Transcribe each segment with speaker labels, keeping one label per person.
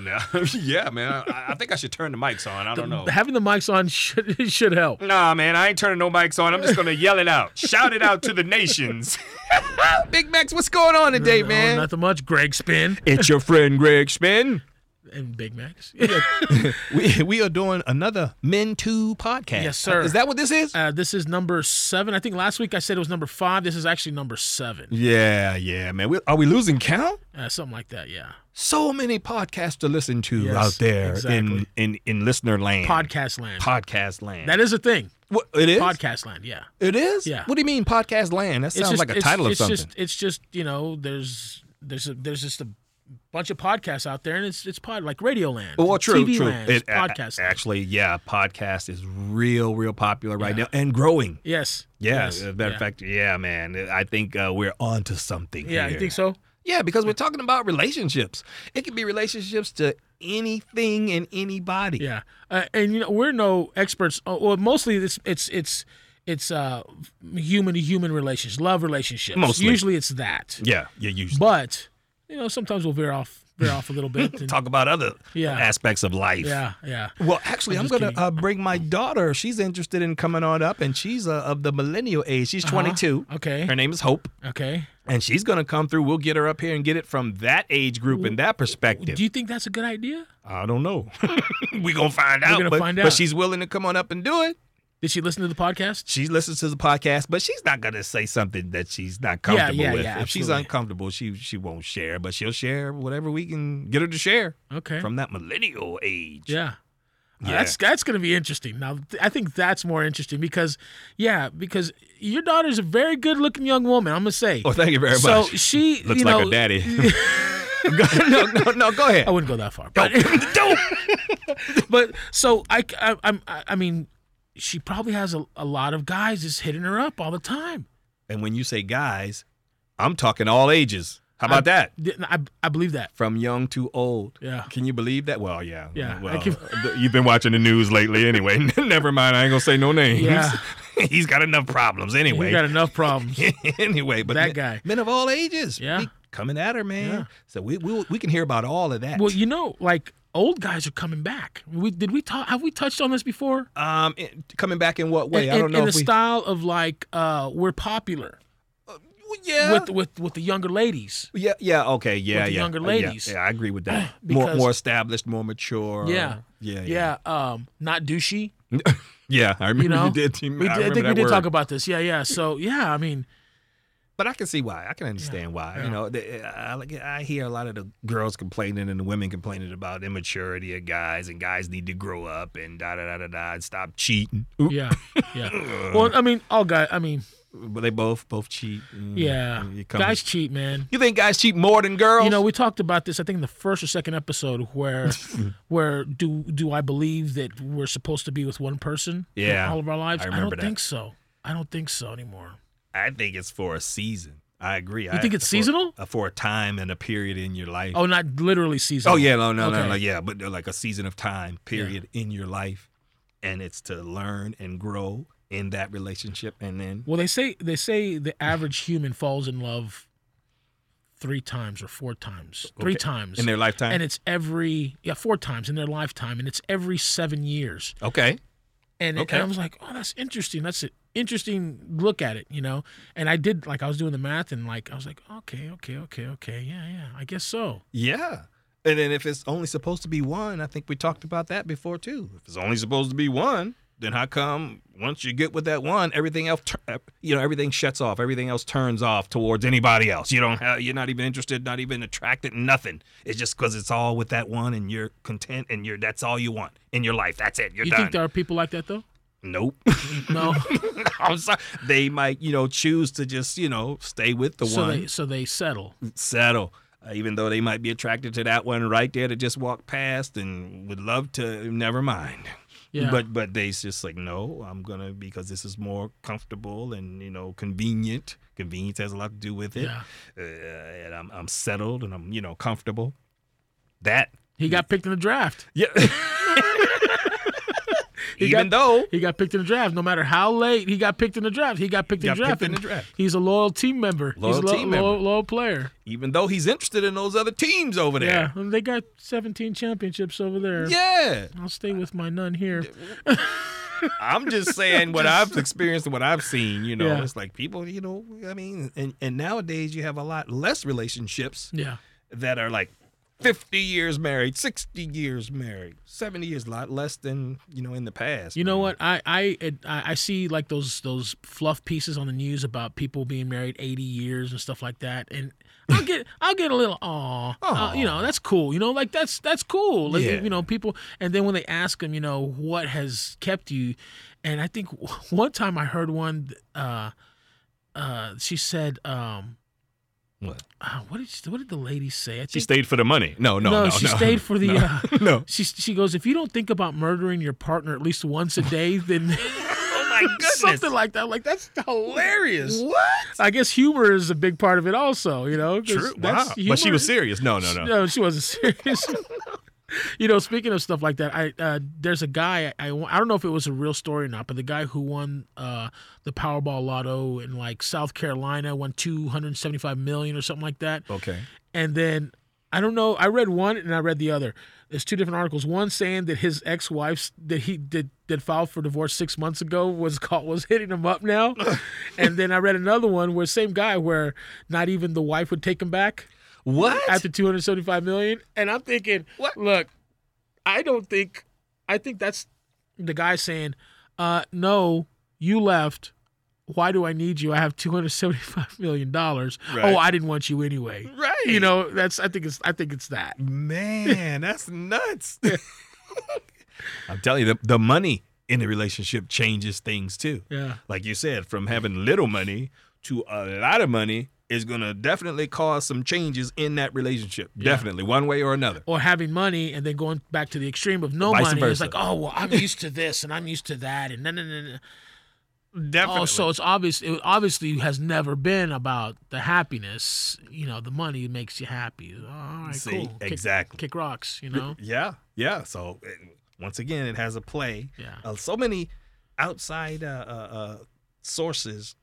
Speaker 1: now. uh, yeah, man. I, I think I should turn the mics on. I don't know.
Speaker 2: Having the mics on should should help.
Speaker 1: Nah, man, I ain't turning no mics on. I'm just gonna yell it out, shout it out to the nations. Big Max, what's going on today,
Speaker 2: Oh,
Speaker 1: man?
Speaker 2: nothing much. Greg Spin
Speaker 1: It's your friend Greg Spin.
Speaker 2: and Big Max.
Speaker 3: we, we are doing another Men 2 podcast.
Speaker 2: Yes, sir.
Speaker 3: Is that what this is?
Speaker 2: Uh, this is number seven. I think last week I said it was number five. This is actually number seven,
Speaker 3: yeah, yeah, man. We, are we losing count?
Speaker 2: uh, something like that. Yeah,
Speaker 3: So many podcasts to listen to
Speaker 2: Yes,
Speaker 3: out there
Speaker 2: exactly.
Speaker 3: in, in, in listener land.
Speaker 2: podcast land.
Speaker 3: podcast land.
Speaker 2: that is a thing.
Speaker 3: what, it is?
Speaker 2: Podcast land. Yeah,
Speaker 3: it is?
Speaker 2: Yeah.
Speaker 3: What do you mean podcast land? That sounds like a
Speaker 2: it's,
Speaker 3: title
Speaker 2: it's
Speaker 3: of something.
Speaker 2: Just, it's just you know there's there's a, there's just a bunch of podcasts out there, and it's it's pod like Radio Land,
Speaker 3: well, true,
Speaker 2: TV
Speaker 3: true.
Speaker 2: Land, it's
Speaker 3: It- a-
Speaker 2: podcast. land.
Speaker 3: Actually, yeah, podcast is real, real popular right
Speaker 2: Yeah.
Speaker 3: now and growing.
Speaker 2: yes.
Speaker 3: Yeah,
Speaker 2: Yes.
Speaker 3: as a matter
Speaker 2: Yeah.
Speaker 3: of fact, yeah, man. I think uh, we're onto something.
Speaker 2: Yeah, you
Speaker 3: here.
Speaker 2: think so?
Speaker 3: Yeah, because we're talking about relationships. It can be relationships to anything and anybody.
Speaker 2: Yeah, uh, and you know we're no experts. uh, Well, mostly it's it's it's it's uh human to human relationships, love relationships.
Speaker 3: Mostly.
Speaker 2: usually it's that.
Speaker 3: yeah, yeah. You
Speaker 2: But you know sometimes we'll veer off veer off a little bit. and-
Speaker 3: talk about other
Speaker 2: Yeah.
Speaker 3: aspects of life.
Speaker 2: yeah, yeah.
Speaker 3: Well, actually, I'm,
Speaker 2: just
Speaker 3: gonna
Speaker 2: kidding.
Speaker 3: uh, bring my daughter. She's interested in coming on up, and she's uh, of the millennial age. She's 22.
Speaker 2: Uh-huh. Okay.
Speaker 3: Her name is Hope,
Speaker 2: Okay.
Speaker 3: and she's gonna come through. We'll get her up here and get it from that age group and that perspective.
Speaker 2: Do you think that's a good idea?
Speaker 3: I don't know. we gonna find out.
Speaker 2: gonna
Speaker 3: but,
Speaker 2: find
Speaker 3: But
Speaker 2: out.
Speaker 3: she's willing to come on up and do it.
Speaker 2: Did she listen to the podcast?
Speaker 3: she listens to the podcast, but she's not gonna say something that she's not comfortable
Speaker 2: yeah,
Speaker 3: with.
Speaker 2: yeah,
Speaker 3: if she's
Speaker 2: absolutely.
Speaker 3: uncomfortable, she she won't share, but she'll share whatever we can get her to share
Speaker 2: Okay.
Speaker 3: from that millennial age.
Speaker 2: Yeah.
Speaker 3: Yeah.
Speaker 2: Uh, That's that's going to be interesting. Now, th- I think that's more interesting because, yeah, because your daughter's a very good-looking young woman. I'm gonna say.
Speaker 3: Oh, thank you very
Speaker 2: so
Speaker 3: much.
Speaker 2: she
Speaker 3: Looks
Speaker 2: you
Speaker 3: like
Speaker 2: know,
Speaker 3: a daddy. Go- no, no, no. Go ahead.
Speaker 2: I wouldn't go that far,
Speaker 3: Go.
Speaker 2: but but so I I I'm, I I mean, she probably has a, a lot of guys just hitting her up all the time.
Speaker 3: and when you say guys, I'm talking all ages. How about that?
Speaker 2: Th- I I believe that.
Speaker 3: From young to old.
Speaker 2: Yeah.
Speaker 3: Can you believe that? Well, yeah.
Speaker 2: Yeah, I
Speaker 3: Well,
Speaker 2: can-
Speaker 3: th- you've been watching the news lately, anyway. Never mind. I ain't gonna say no names.
Speaker 2: Yeah.
Speaker 3: He's got enough problems anyway.
Speaker 2: You got enough problems.
Speaker 3: anyway, but
Speaker 2: That
Speaker 3: men,
Speaker 2: guy.
Speaker 3: men of all ages,
Speaker 2: Yeah.
Speaker 3: we coming at her, man.
Speaker 2: Yeah.
Speaker 3: So we we we can hear about all of that.
Speaker 2: well, you know, like old guys are coming back. We did we talk? Have we touched on this before?
Speaker 3: um, in- coming back in what way?
Speaker 2: in,
Speaker 3: I don't
Speaker 2: in-
Speaker 3: know
Speaker 2: in
Speaker 3: if
Speaker 2: the
Speaker 3: we.
Speaker 2: style of like uh, we're popular
Speaker 3: Well, yeah.
Speaker 2: with with with the younger ladies.
Speaker 3: yeah, yeah, okay, yeah,
Speaker 2: the
Speaker 3: yeah, Uh,
Speaker 2: younger
Speaker 3: yeah,
Speaker 2: ladies.
Speaker 3: Yeah, I agree with that. more,
Speaker 2: Because-
Speaker 3: more established, more mature.
Speaker 2: Yeah.
Speaker 3: Uh, yeah, yeah,
Speaker 2: Yeah, um, not douchey.
Speaker 3: yeah. I remember
Speaker 2: You know,
Speaker 3: you did. You,
Speaker 2: We
Speaker 3: I
Speaker 2: did, I,
Speaker 3: remember
Speaker 2: think we
Speaker 3: that
Speaker 2: did
Speaker 3: word.
Speaker 2: talk about this. Yeah, yeah. So yeah, I mean,
Speaker 3: But I can see why. I can understand why.
Speaker 2: yeah.
Speaker 3: You know, the, I, like- I hear a lot of the girls complaining and the women complaining about immaturity of guys and guys need to grow up and da da da da da and stop cheating. Oop.
Speaker 2: yeah, yeah. well, I mean, all guys. I mean,
Speaker 3: But they both both cheat. Mm,
Speaker 2: yeah,
Speaker 3: it comes-
Speaker 2: guys cheat, man.
Speaker 3: You think guys cheat more than girls?
Speaker 2: You know, we talked about this. I think in the first or second episode, where where do do I believe that we're supposed to be with one person? for
Speaker 3: Yeah,
Speaker 2: all of our
Speaker 3: I
Speaker 2: lives. I, don't
Speaker 3: remember that.
Speaker 2: think so. I don't think so anymore.
Speaker 3: I think it's for a season. I agree. You
Speaker 2: think it's seasonal?
Speaker 3: For, uh, for a time and a period in your life.
Speaker 2: Oh, not literally season.
Speaker 3: Oh, yeah, no, no, no,
Speaker 2: Okay.
Speaker 3: no, yeah, but uh, like a season of time period in your life, and it's to learn and grow in that relationship, and then
Speaker 2: Well, they say they say the average human falls in love three times or four times, three
Speaker 3: Okay.
Speaker 2: times
Speaker 3: in their lifetime.
Speaker 2: and it's every yeah four times in their lifetime, and it's every seven years.
Speaker 3: okay.
Speaker 2: And,
Speaker 3: Okay.
Speaker 2: and I was like, oh, that's interesting. That's an interesting look at it, you know. And I did like I was doing the math, and like I was like, okay, okay, okay, okay, yeah, yeah, I guess so.
Speaker 3: Yeah. And then if it's only supposed to be one, I think we talked about that before too. If it's only supposed to be one, then how come once you get with that one, everything else, tur- uh, you know, everything shuts off, everything else turns off towards anybody else. You don't have, you're not even interested, not even attracted, nothing. It's just because it's all with that one, and you're content, and you're that's all you want in your life. That's it. You're
Speaker 2: you
Speaker 3: done.
Speaker 2: think there are people like that though?
Speaker 3: nope.
Speaker 2: No.
Speaker 3: I'm sorry. They might, you know, choose to just, you know, stay with the
Speaker 2: so
Speaker 3: one
Speaker 2: they so they settle.
Speaker 3: settle. Uh, even though they might be attracted to that one right there that just walked past and would love to, never mind.
Speaker 2: Yeah.
Speaker 3: But but they just like no, I'm gonna because this is more comfortable and you know convenient. Convenience has a lot to do with it.
Speaker 2: Yeah.
Speaker 3: Uh, and I'm I'm settled and I'm you know comfortable. That
Speaker 2: He got picked in the draft.
Speaker 3: yeah.
Speaker 2: He
Speaker 3: Even
Speaker 2: got,
Speaker 3: though-
Speaker 2: he got picked in the draft, no matter how late he got picked in the draft, he got picked in
Speaker 3: Got
Speaker 2: the draft.
Speaker 3: picked in
Speaker 2: and
Speaker 3: the draft.
Speaker 2: He's a loyal team member.
Speaker 3: Loyal
Speaker 2: he's a lo-
Speaker 3: team member.
Speaker 2: Loyal, loyal player.
Speaker 3: Even though he's interested in those other teams over
Speaker 2: Yeah,
Speaker 3: there.
Speaker 2: and they got 17 championships over there.
Speaker 3: Yeah.
Speaker 2: I'll stay with my nun here.
Speaker 3: I'm just saying what I've experienced and what I've seen, you know.
Speaker 2: Yeah.
Speaker 3: It's like people, you know, I mean, and, and nowadays you have a lot less relationships
Speaker 2: Yeah,
Speaker 3: that are like 50 years married, 60 years married, 70 years, a lot less than, you know, in the past.
Speaker 2: you know what? I I it- I I see like those those fluff pieces on the news about people being married 80 years and stuff like that, and I'll get I'll get a little aw, Uh,
Speaker 3: Aw.
Speaker 2: you know that's cool, you know like that's that's cool, like,
Speaker 3: Yeah.
Speaker 2: you know people, and then when they ask them, you know what has kept you, and I think one time I heard one, uh, uh, she said, um,
Speaker 3: What?
Speaker 2: uh, what did she, what did the lady say? I
Speaker 1: She
Speaker 2: think-
Speaker 1: stayed for the money.
Speaker 3: No, no, no.
Speaker 2: she
Speaker 3: no,
Speaker 2: stayed for the.
Speaker 3: No.
Speaker 2: Uh,
Speaker 3: no.
Speaker 2: She she goes, if you don't think about murdering your partner at least once a day, then
Speaker 3: Oh my goodness.
Speaker 2: something like that. Like that's hilarious.
Speaker 3: What?
Speaker 2: I guess humor is a big part of it, also. You know, 'cause
Speaker 3: True. Wow.
Speaker 2: that's humor
Speaker 3: But she was serious. No, no, no.
Speaker 2: she wasn't serious. you know, speaking of stuff like that, I uh, there's a guy I, I don't know if it was a real story or not, but the guy who won uh, the Powerball Lotto in like South Carolina won 275 million or something like that
Speaker 3: Okay.
Speaker 2: and then I don't know. I read one and I read the other. There's two different articles. One saying that his ex-wife's that he did that filed for divorce six months ago was caught was hitting him up now, and then I read another one where same guy where not even the wife would take him back
Speaker 3: What?
Speaker 2: after 275 million. And I'm thinking,
Speaker 3: What?
Speaker 2: Look, I don't think. I think that's the guy saying, uh, "No, you left." Why do I need you? I have two hundred seventy-five million dollars.
Speaker 3: Right.
Speaker 2: Oh, I didn't want you anyway
Speaker 3: right.
Speaker 2: you know that's i think it's i think it's that
Speaker 3: Man, that's nuts. I'm telling you, the, the money in the relationship changes things too.
Speaker 2: yeah
Speaker 3: Like you said, from having little money to a lot of money is going to definitely cause some changes in that relationship. Definitely, one way or another.
Speaker 2: or having money and then going back to the extreme of no
Speaker 3: Vice
Speaker 2: money it's
Speaker 3: versa.
Speaker 2: like oh well i'm used to this and i'm used to that and no no no no
Speaker 3: Definitely.
Speaker 2: oh so it's obvious it obviously has never been about the happiness you know the money makes you happy all right
Speaker 3: See,
Speaker 2: cool Kick-
Speaker 3: exactly.
Speaker 2: kick, rocks you know
Speaker 3: Yeah, yeah. So it, once again, it has a play.
Speaker 2: yeah
Speaker 3: Uh, so many outside uh, uh, uh, sources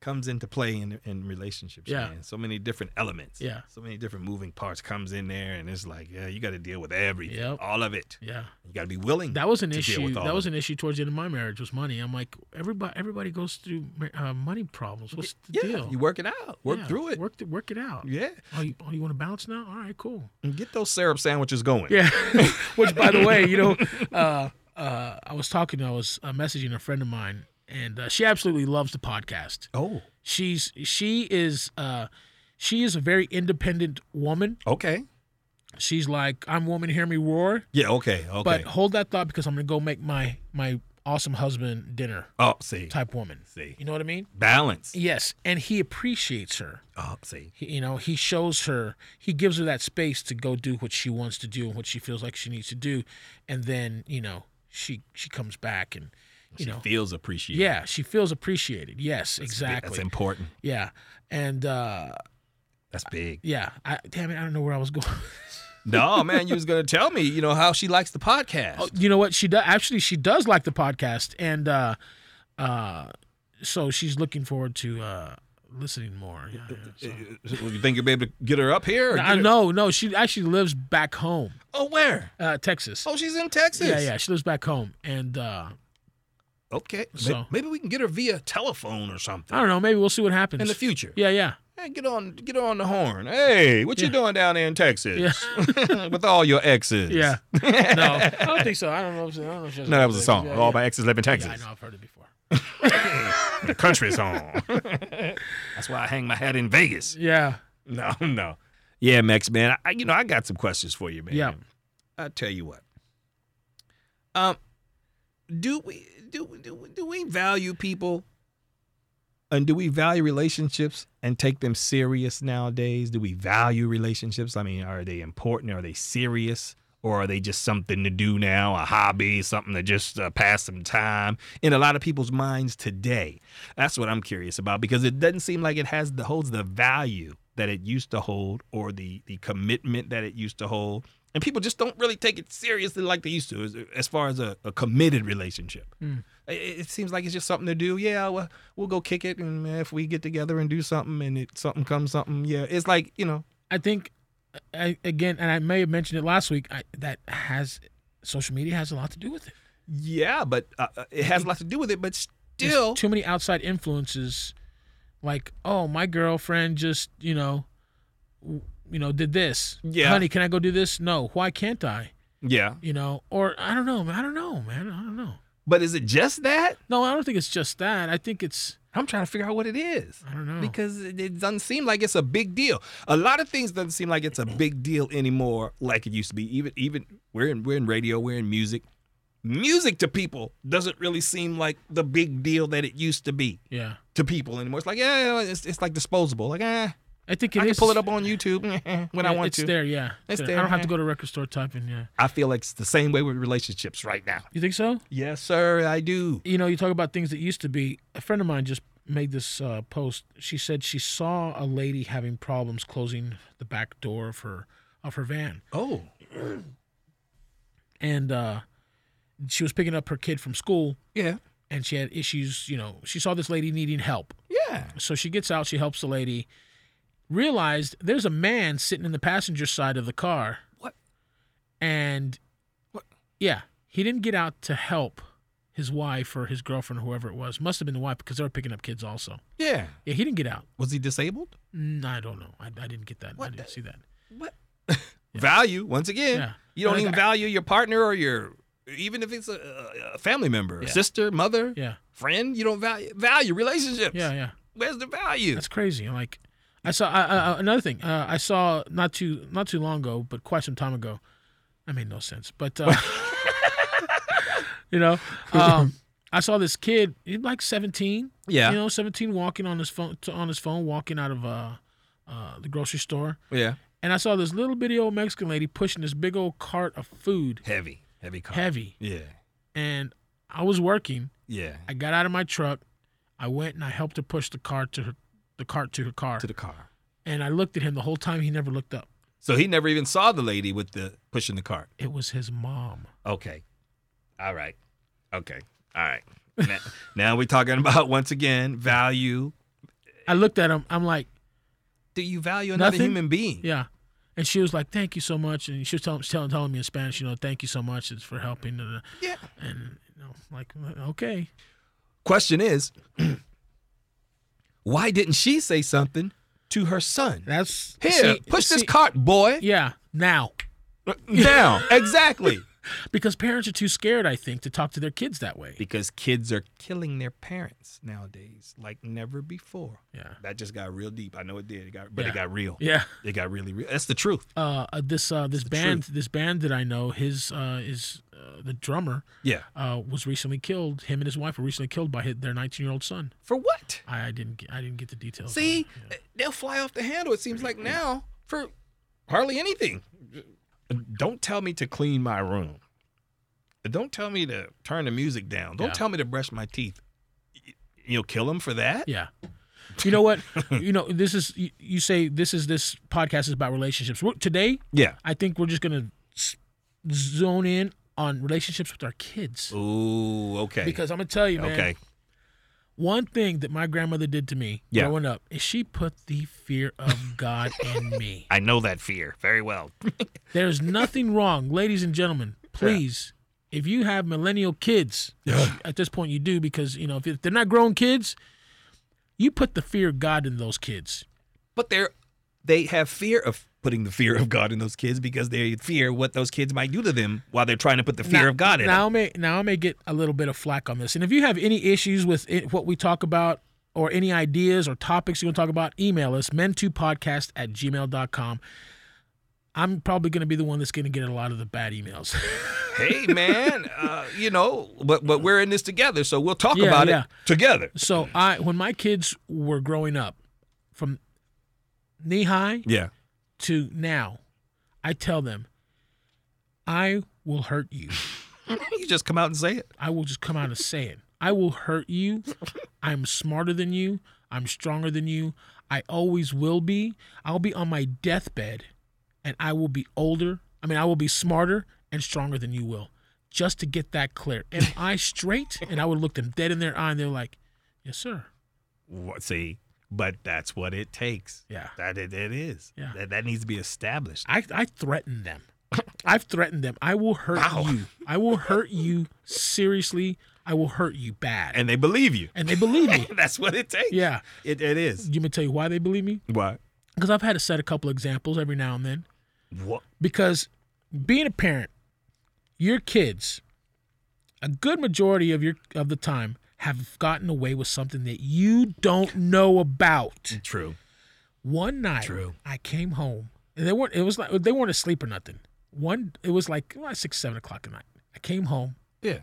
Speaker 3: comes into play in in relationships.
Speaker 2: Yeah.
Speaker 3: man. so many different elements.
Speaker 2: Yeah.
Speaker 3: so many different moving parts comes in there, and it's like, yeah, you got to deal with everything,
Speaker 2: Yep.
Speaker 3: all of it.
Speaker 2: yeah
Speaker 3: You got to be willing.
Speaker 2: that was an
Speaker 3: to deal
Speaker 2: issue
Speaker 3: with all
Speaker 2: that was
Speaker 3: of
Speaker 2: an issue towards the end of my marriage was money i'm like everybody everybody goes through ma- uh, money problems what's the
Speaker 3: yeah,
Speaker 2: deal
Speaker 3: you work it out, work
Speaker 2: Yeah,
Speaker 3: through it.
Speaker 2: work, th- work it out
Speaker 3: yeah,
Speaker 2: oh you, oh, you want to bounce now all right cool
Speaker 3: and get those syrup sandwiches going.
Speaker 2: Yeah. Which, by the way, you know, uh, uh, I was talking, I was uh, messaging a friend of mine, and uh, she absolutely loves the podcast.
Speaker 3: Oh,
Speaker 2: She's she is uh, she is a very independent woman.
Speaker 3: okay.
Speaker 2: She's like, I'm woman, hear me roar.
Speaker 3: Yeah, okay, okay.
Speaker 2: But hold that thought because I'm gonna go make my my awesome husband dinner
Speaker 3: oh, see,
Speaker 2: type woman.
Speaker 3: see,
Speaker 2: You know what I mean?
Speaker 3: balance.
Speaker 2: Yes, and he appreciates her.
Speaker 3: Oh, see,
Speaker 2: He, you know, he shows her, he gives her that space to go do what she wants to do and what she feels like she needs to do, and then you know she she comes back and you
Speaker 3: she
Speaker 2: know
Speaker 3: feels appreciated.
Speaker 2: yeah she feels appreciated. Yes,
Speaker 3: That's big-
Speaker 2: exactly.
Speaker 3: That's important.
Speaker 2: yeah, and uh
Speaker 3: That's big.
Speaker 2: yeah, I damn it, I don't know where I was going.
Speaker 3: No, man, you was gonna tell me, you know, how she likes the podcast.
Speaker 2: Oh, you know what? She does actually. She does like the podcast, and uh uh so she's looking forward to uh listening more. Yeah, yeah, so.
Speaker 3: you think you'll be able to get her up here? Or get
Speaker 2: I
Speaker 3: her-
Speaker 2: know, no, she actually lives back home,
Speaker 3: Oh, where?
Speaker 2: uh, Texas.
Speaker 3: Oh, she's in Texas.
Speaker 2: Yeah, yeah. She lives back home, and uh,
Speaker 3: Okay. May-
Speaker 2: So-
Speaker 3: Maybe we can get her via telephone or something
Speaker 2: I don't know. Maybe we'll see what happens.
Speaker 3: in the future.
Speaker 2: yeah, yeah,
Speaker 3: Hey, get on, get her on the horn. Hey, what you
Speaker 2: Yeah.
Speaker 3: doing down there in Texas
Speaker 2: yeah,
Speaker 3: with all your exes?
Speaker 2: yeah. No, I don't think so. I don't know. If, I don't know if she has
Speaker 3: No, that was a song.
Speaker 2: Yeah,
Speaker 3: All
Speaker 2: yeah.
Speaker 3: my exes live in
Speaker 2: Yeah, I
Speaker 3: Texas.
Speaker 2: know. I've heard it before.
Speaker 3: A country song. That's why I hang my hat in Vegas.
Speaker 2: Yeah,
Speaker 3: No, no. Yeah, Max, man. I, you know, I got some questions for you, man.
Speaker 2: Yeah.
Speaker 3: I tell you what. Um, do we do do do we value people? And do we value relationships and take them serious nowadays? Do we value relationships? I mean, are they important? Are they serious? Or are they just something to do now, a hobby, something to just uh, pass some time in a lot of people's minds today? That's what I'm curious about because it doesn't seem like it has the holds the value that it used to hold or the the commitment that it used to hold. And people just don't really take it seriously like they used to, as, as far as a, a committed relationship. It, it seems like it's just something to do. Yeah, well, we'll go kick it, and if we get together and do something, and it something comes something, yeah, it's like you know,
Speaker 2: I think, I, again, and I may have mentioned it last week. I, that has social media has a lot to do with it.
Speaker 3: yeah, but uh, uh, it has a lot to do with it. But
Speaker 2: There's
Speaker 3: still,
Speaker 2: too many outside influences, like oh, my girlfriend just you know, w- you know, did this.
Speaker 3: Yeah.
Speaker 2: honey, can I go do this? No, why can't I?
Speaker 3: yeah.
Speaker 2: You know, or I don't know, man. I don't know, man. I don't know.
Speaker 3: But is it just that?
Speaker 2: No, I don't think it's just that. I think it's
Speaker 3: I'm trying to figure out what it is.
Speaker 2: I don't know.
Speaker 3: because it, it doesn't seem like it's a big deal. A lot of things doesn't seem like it's a big deal anymore, like it used to be. Even even we're in we're in radio, we're in music. Music to people doesn't really seem like the big deal that it used to be
Speaker 2: yeah,
Speaker 3: to people anymore. It's like yeah, it's, it's like disposable. Like eh,
Speaker 2: I think
Speaker 3: I
Speaker 2: it
Speaker 3: can
Speaker 2: is-
Speaker 3: pull it up on YouTube eh, when I
Speaker 2: yeah,
Speaker 3: want
Speaker 2: it's
Speaker 3: to.
Speaker 2: there, yeah.
Speaker 3: It's
Speaker 2: I
Speaker 3: there,
Speaker 2: don't have to
Speaker 3: yeah.
Speaker 2: go to record store typing. Yeah,
Speaker 3: I feel like it's the same way with relationships right now.
Speaker 2: you think so?
Speaker 3: Yes, sir, I do.
Speaker 2: you know, you talk about things that used to be. A friend of mine just made this uh, post. She said she saw a lady having problems closing the back door of her of her van,
Speaker 3: Oh,
Speaker 2: and uh, she was picking up her kid from school,
Speaker 3: yeah,
Speaker 2: and she had issues. You know, she saw this lady needing help,
Speaker 3: yeah.
Speaker 2: so she gets out, she helps the lady. Realized there's a man sitting in the passenger side of the car.
Speaker 3: What?
Speaker 2: And
Speaker 3: What?
Speaker 2: Yeah, he didn't get out to help his wife or his girlfriend, whoever it was. Must have been the wife because they were picking up kids also.
Speaker 3: Yeah.
Speaker 2: Yeah, he didn't get out.
Speaker 3: Was he disabled?
Speaker 2: Mm, I don't know. I, I didn't get that. I
Speaker 3: What
Speaker 2: didn't
Speaker 3: the-
Speaker 2: see that.
Speaker 3: What? Value once again.
Speaker 2: Yeah.
Speaker 3: You don't
Speaker 2: Like,
Speaker 3: even
Speaker 2: I-
Speaker 3: value your partner or your even if it's a, a family member,
Speaker 2: Yeah.
Speaker 3: sister, mother,
Speaker 2: Yeah,
Speaker 3: friend. You don't value value relationships.
Speaker 2: yeah, yeah.
Speaker 3: Where's the value?
Speaker 2: That's crazy. Like, I saw I, I, I- another thing. Uh, I saw not too not too long ago, but quite some time ago. I made no sense, but uh, you know, um, I saw this kid. He's like seventeen.
Speaker 3: yeah.
Speaker 2: You know, seventeen walking on his phone on his phone, walking out of uh, uh, the grocery store.
Speaker 3: yeah.
Speaker 2: And I saw this little bitty old Mexican lady pushing this big old cart of food,
Speaker 3: Heavy. Heavy car.
Speaker 2: heavy.
Speaker 3: Yeah.
Speaker 2: And I was working,
Speaker 3: Yeah.
Speaker 2: I got out of my truck. I went and I helped her push the car to her, the cart to her car.
Speaker 3: To the car.
Speaker 2: and I looked at him the whole time. He never looked up.
Speaker 3: So he never even saw the lady with the pushing the cart.
Speaker 2: It was his mom.
Speaker 3: Okay. All right. Okay. All right. now, now we're talking about once again value.
Speaker 2: I looked at him. I'm like,
Speaker 3: Do you value another
Speaker 2: Nothing?
Speaker 3: human being?
Speaker 2: yeah. And she was like, "Thank you so much." And she was telling, telling, telling me in Spanish, you know, "Thank you so much it's for helping." And,
Speaker 3: Yeah.
Speaker 2: and you know, like, okay,
Speaker 3: Question is, why didn't she say something to her son?
Speaker 2: that's
Speaker 3: Here,
Speaker 2: see-
Speaker 3: push this
Speaker 2: see-
Speaker 3: cart, boy.
Speaker 2: Yeah, now
Speaker 3: Now, exactly.
Speaker 2: because parents are too scared, I think, to talk to their kids that way.
Speaker 3: Because kids are killing their parents nowadays, like never before.
Speaker 2: Yeah,
Speaker 3: That just got real deep. I know it did, it got, but
Speaker 2: Yeah.
Speaker 3: it got real.
Speaker 2: yeah.
Speaker 3: It got really real. That's the truth.
Speaker 2: Uh, uh, this uh, this
Speaker 3: the
Speaker 2: band, this band that I know, his uh, is uh, the drummer.
Speaker 3: Yeah.
Speaker 2: uh, was recently killed. Him and his wife were recently killed by his, their 19 year old son.
Speaker 3: For what?
Speaker 2: I, I didn't get, I didn't get the details. on
Speaker 3: See,
Speaker 2: it, yeah.
Speaker 3: they'll fly off the handle. It seems like now for hardly anything. Don't tell me to clean my room. Don't tell me to turn the music down. Don't
Speaker 2: Yeah.
Speaker 3: tell me to brush my teeth. Y- You'll kill them for that.
Speaker 2: yeah. You know what? you know this is you, you say this is this podcast is about relationships. We're, today,
Speaker 3: Yeah.
Speaker 2: I think we're just gonna s- zone in on relationships with our kids
Speaker 3: Ooh. Okay.
Speaker 2: because I'm gonna tell you, man.
Speaker 3: okay.
Speaker 2: One thing that my grandmother did to me
Speaker 3: Yeah.
Speaker 2: growing up is she put the fear of God in me.
Speaker 3: I know that fear very well.
Speaker 2: There's nothing wrong, ladies and gentlemen. Please, if you have millennial kids, which at this point you do because you know if they're not grown kids, you put the fear of God in those kids.
Speaker 3: But they're they have fear of putting the fear of God in those kids because they fear what those kids might do to them while they're trying to put the fear
Speaker 2: now,
Speaker 3: of God in.
Speaker 2: Now
Speaker 3: them.
Speaker 2: I may now I may get a little bit of flack on this, and if you have any issues with it, what we talk about or any ideas or topics you want to talk about, email us men2podcast at gmail.com. I'm probably going to be the one that's going to get a lot of the bad emails.
Speaker 3: hey man, uh, you know, but but we're in this together, so we'll talk
Speaker 2: Yeah,
Speaker 3: about
Speaker 2: yeah.
Speaker 3: it together.
Speaker 2: so I, when my kids were growing up, from knee high
Speaker 3: Yeah.
Speaker 2: to now, I tell them, I will hurt you.
Speaker 3: you just come out and say it.
Speaker 2: I will just come out and say it. I will hurt you. I'm smarter than you. I'm stronger than you. I always will be. I'll be on my deathbed and I will be older. I mean, I will be smarter and stronger than you will. Just to get that clear. Am I straight? And I would look them dead in their eye and they're like, Yes, sir.
Speaker 3: What, see, but that's what it takes.
Speaker 2: Yeah.
Speaker 3: That it, it is.
Speaker 2: Yeah.
Speaker 3: That, that needs to be established.
Speaker 2: I, I threatened them. I've threatened them. I will hurt
Speaker 3: Wow.
Speaker 2: you. I will hurt you seriously. I will hurt you bad. And,
Speaker 3: And they believe you.
Speaker 2: they believe me.
Speaker 3: That's what it takes.
Speaker 2: Yeah.
Speaker 3: It, it is.
Speaker 2: You may tell you why they believe me?
Speaker 3: What?
Speaker 2: Because I've had to set a couple examples every now and then.
Speaker 3: What?
Speaker 2: Because being a parent, your kids, a good majority of your of the time, have gotten away with something that you don't know about.
Speaker 3: True.
Speaker 2: One night,
Speaker 3: True.
Speaker 2: I came home and they weren't. It was like they weren't asleep or nothing. One, it was like well, six, seven o'clock at night. I came home.
Speaker 3: Yeah.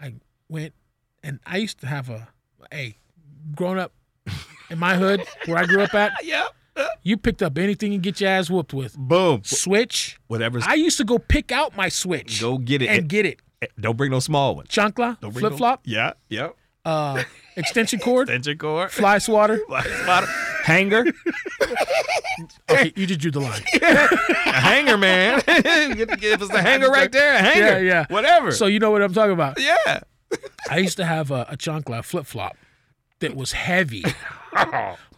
Speaker 2: I went, and I used to have a hey, growing up in my hood where I grew up at.
Speaker 3: Yeah.
Speaker 2: You picked up anything and get your ass whooped with.
Speaker 3: Boom.
Speaker 2: Switch.
Speaker 3: Whatever's.
Speaker 2: I used to go pick out my switch
Speaker 3: go get it.
Speaker 2: and get it.
Speaker 3: Eh, Don't bring no small ones.
Speaker 2: Chancla,
Speaker 3: Don't bring no-
Speaker 2: flip flop,
Speaker 3: Yeah. Yep.
Speaker 2: uh, extension cord,
Speaker 3: Tension cord.
Speaker 2: fly swatter.
Speaker 3: Hanger.
Speaker 2: Okay, you just drew the line.
Speaker 3: a hanger, man. Get- Give us the hanger right there. A hanger.
Speaker 2: Yeah, yeah.
Speaker 3: Whatever.
Speaker 2: So you know what I'm talking about.
Speaker 3: yeah.
Speaker 2: I used to have a, a chancla, a flip flop, that was heavy,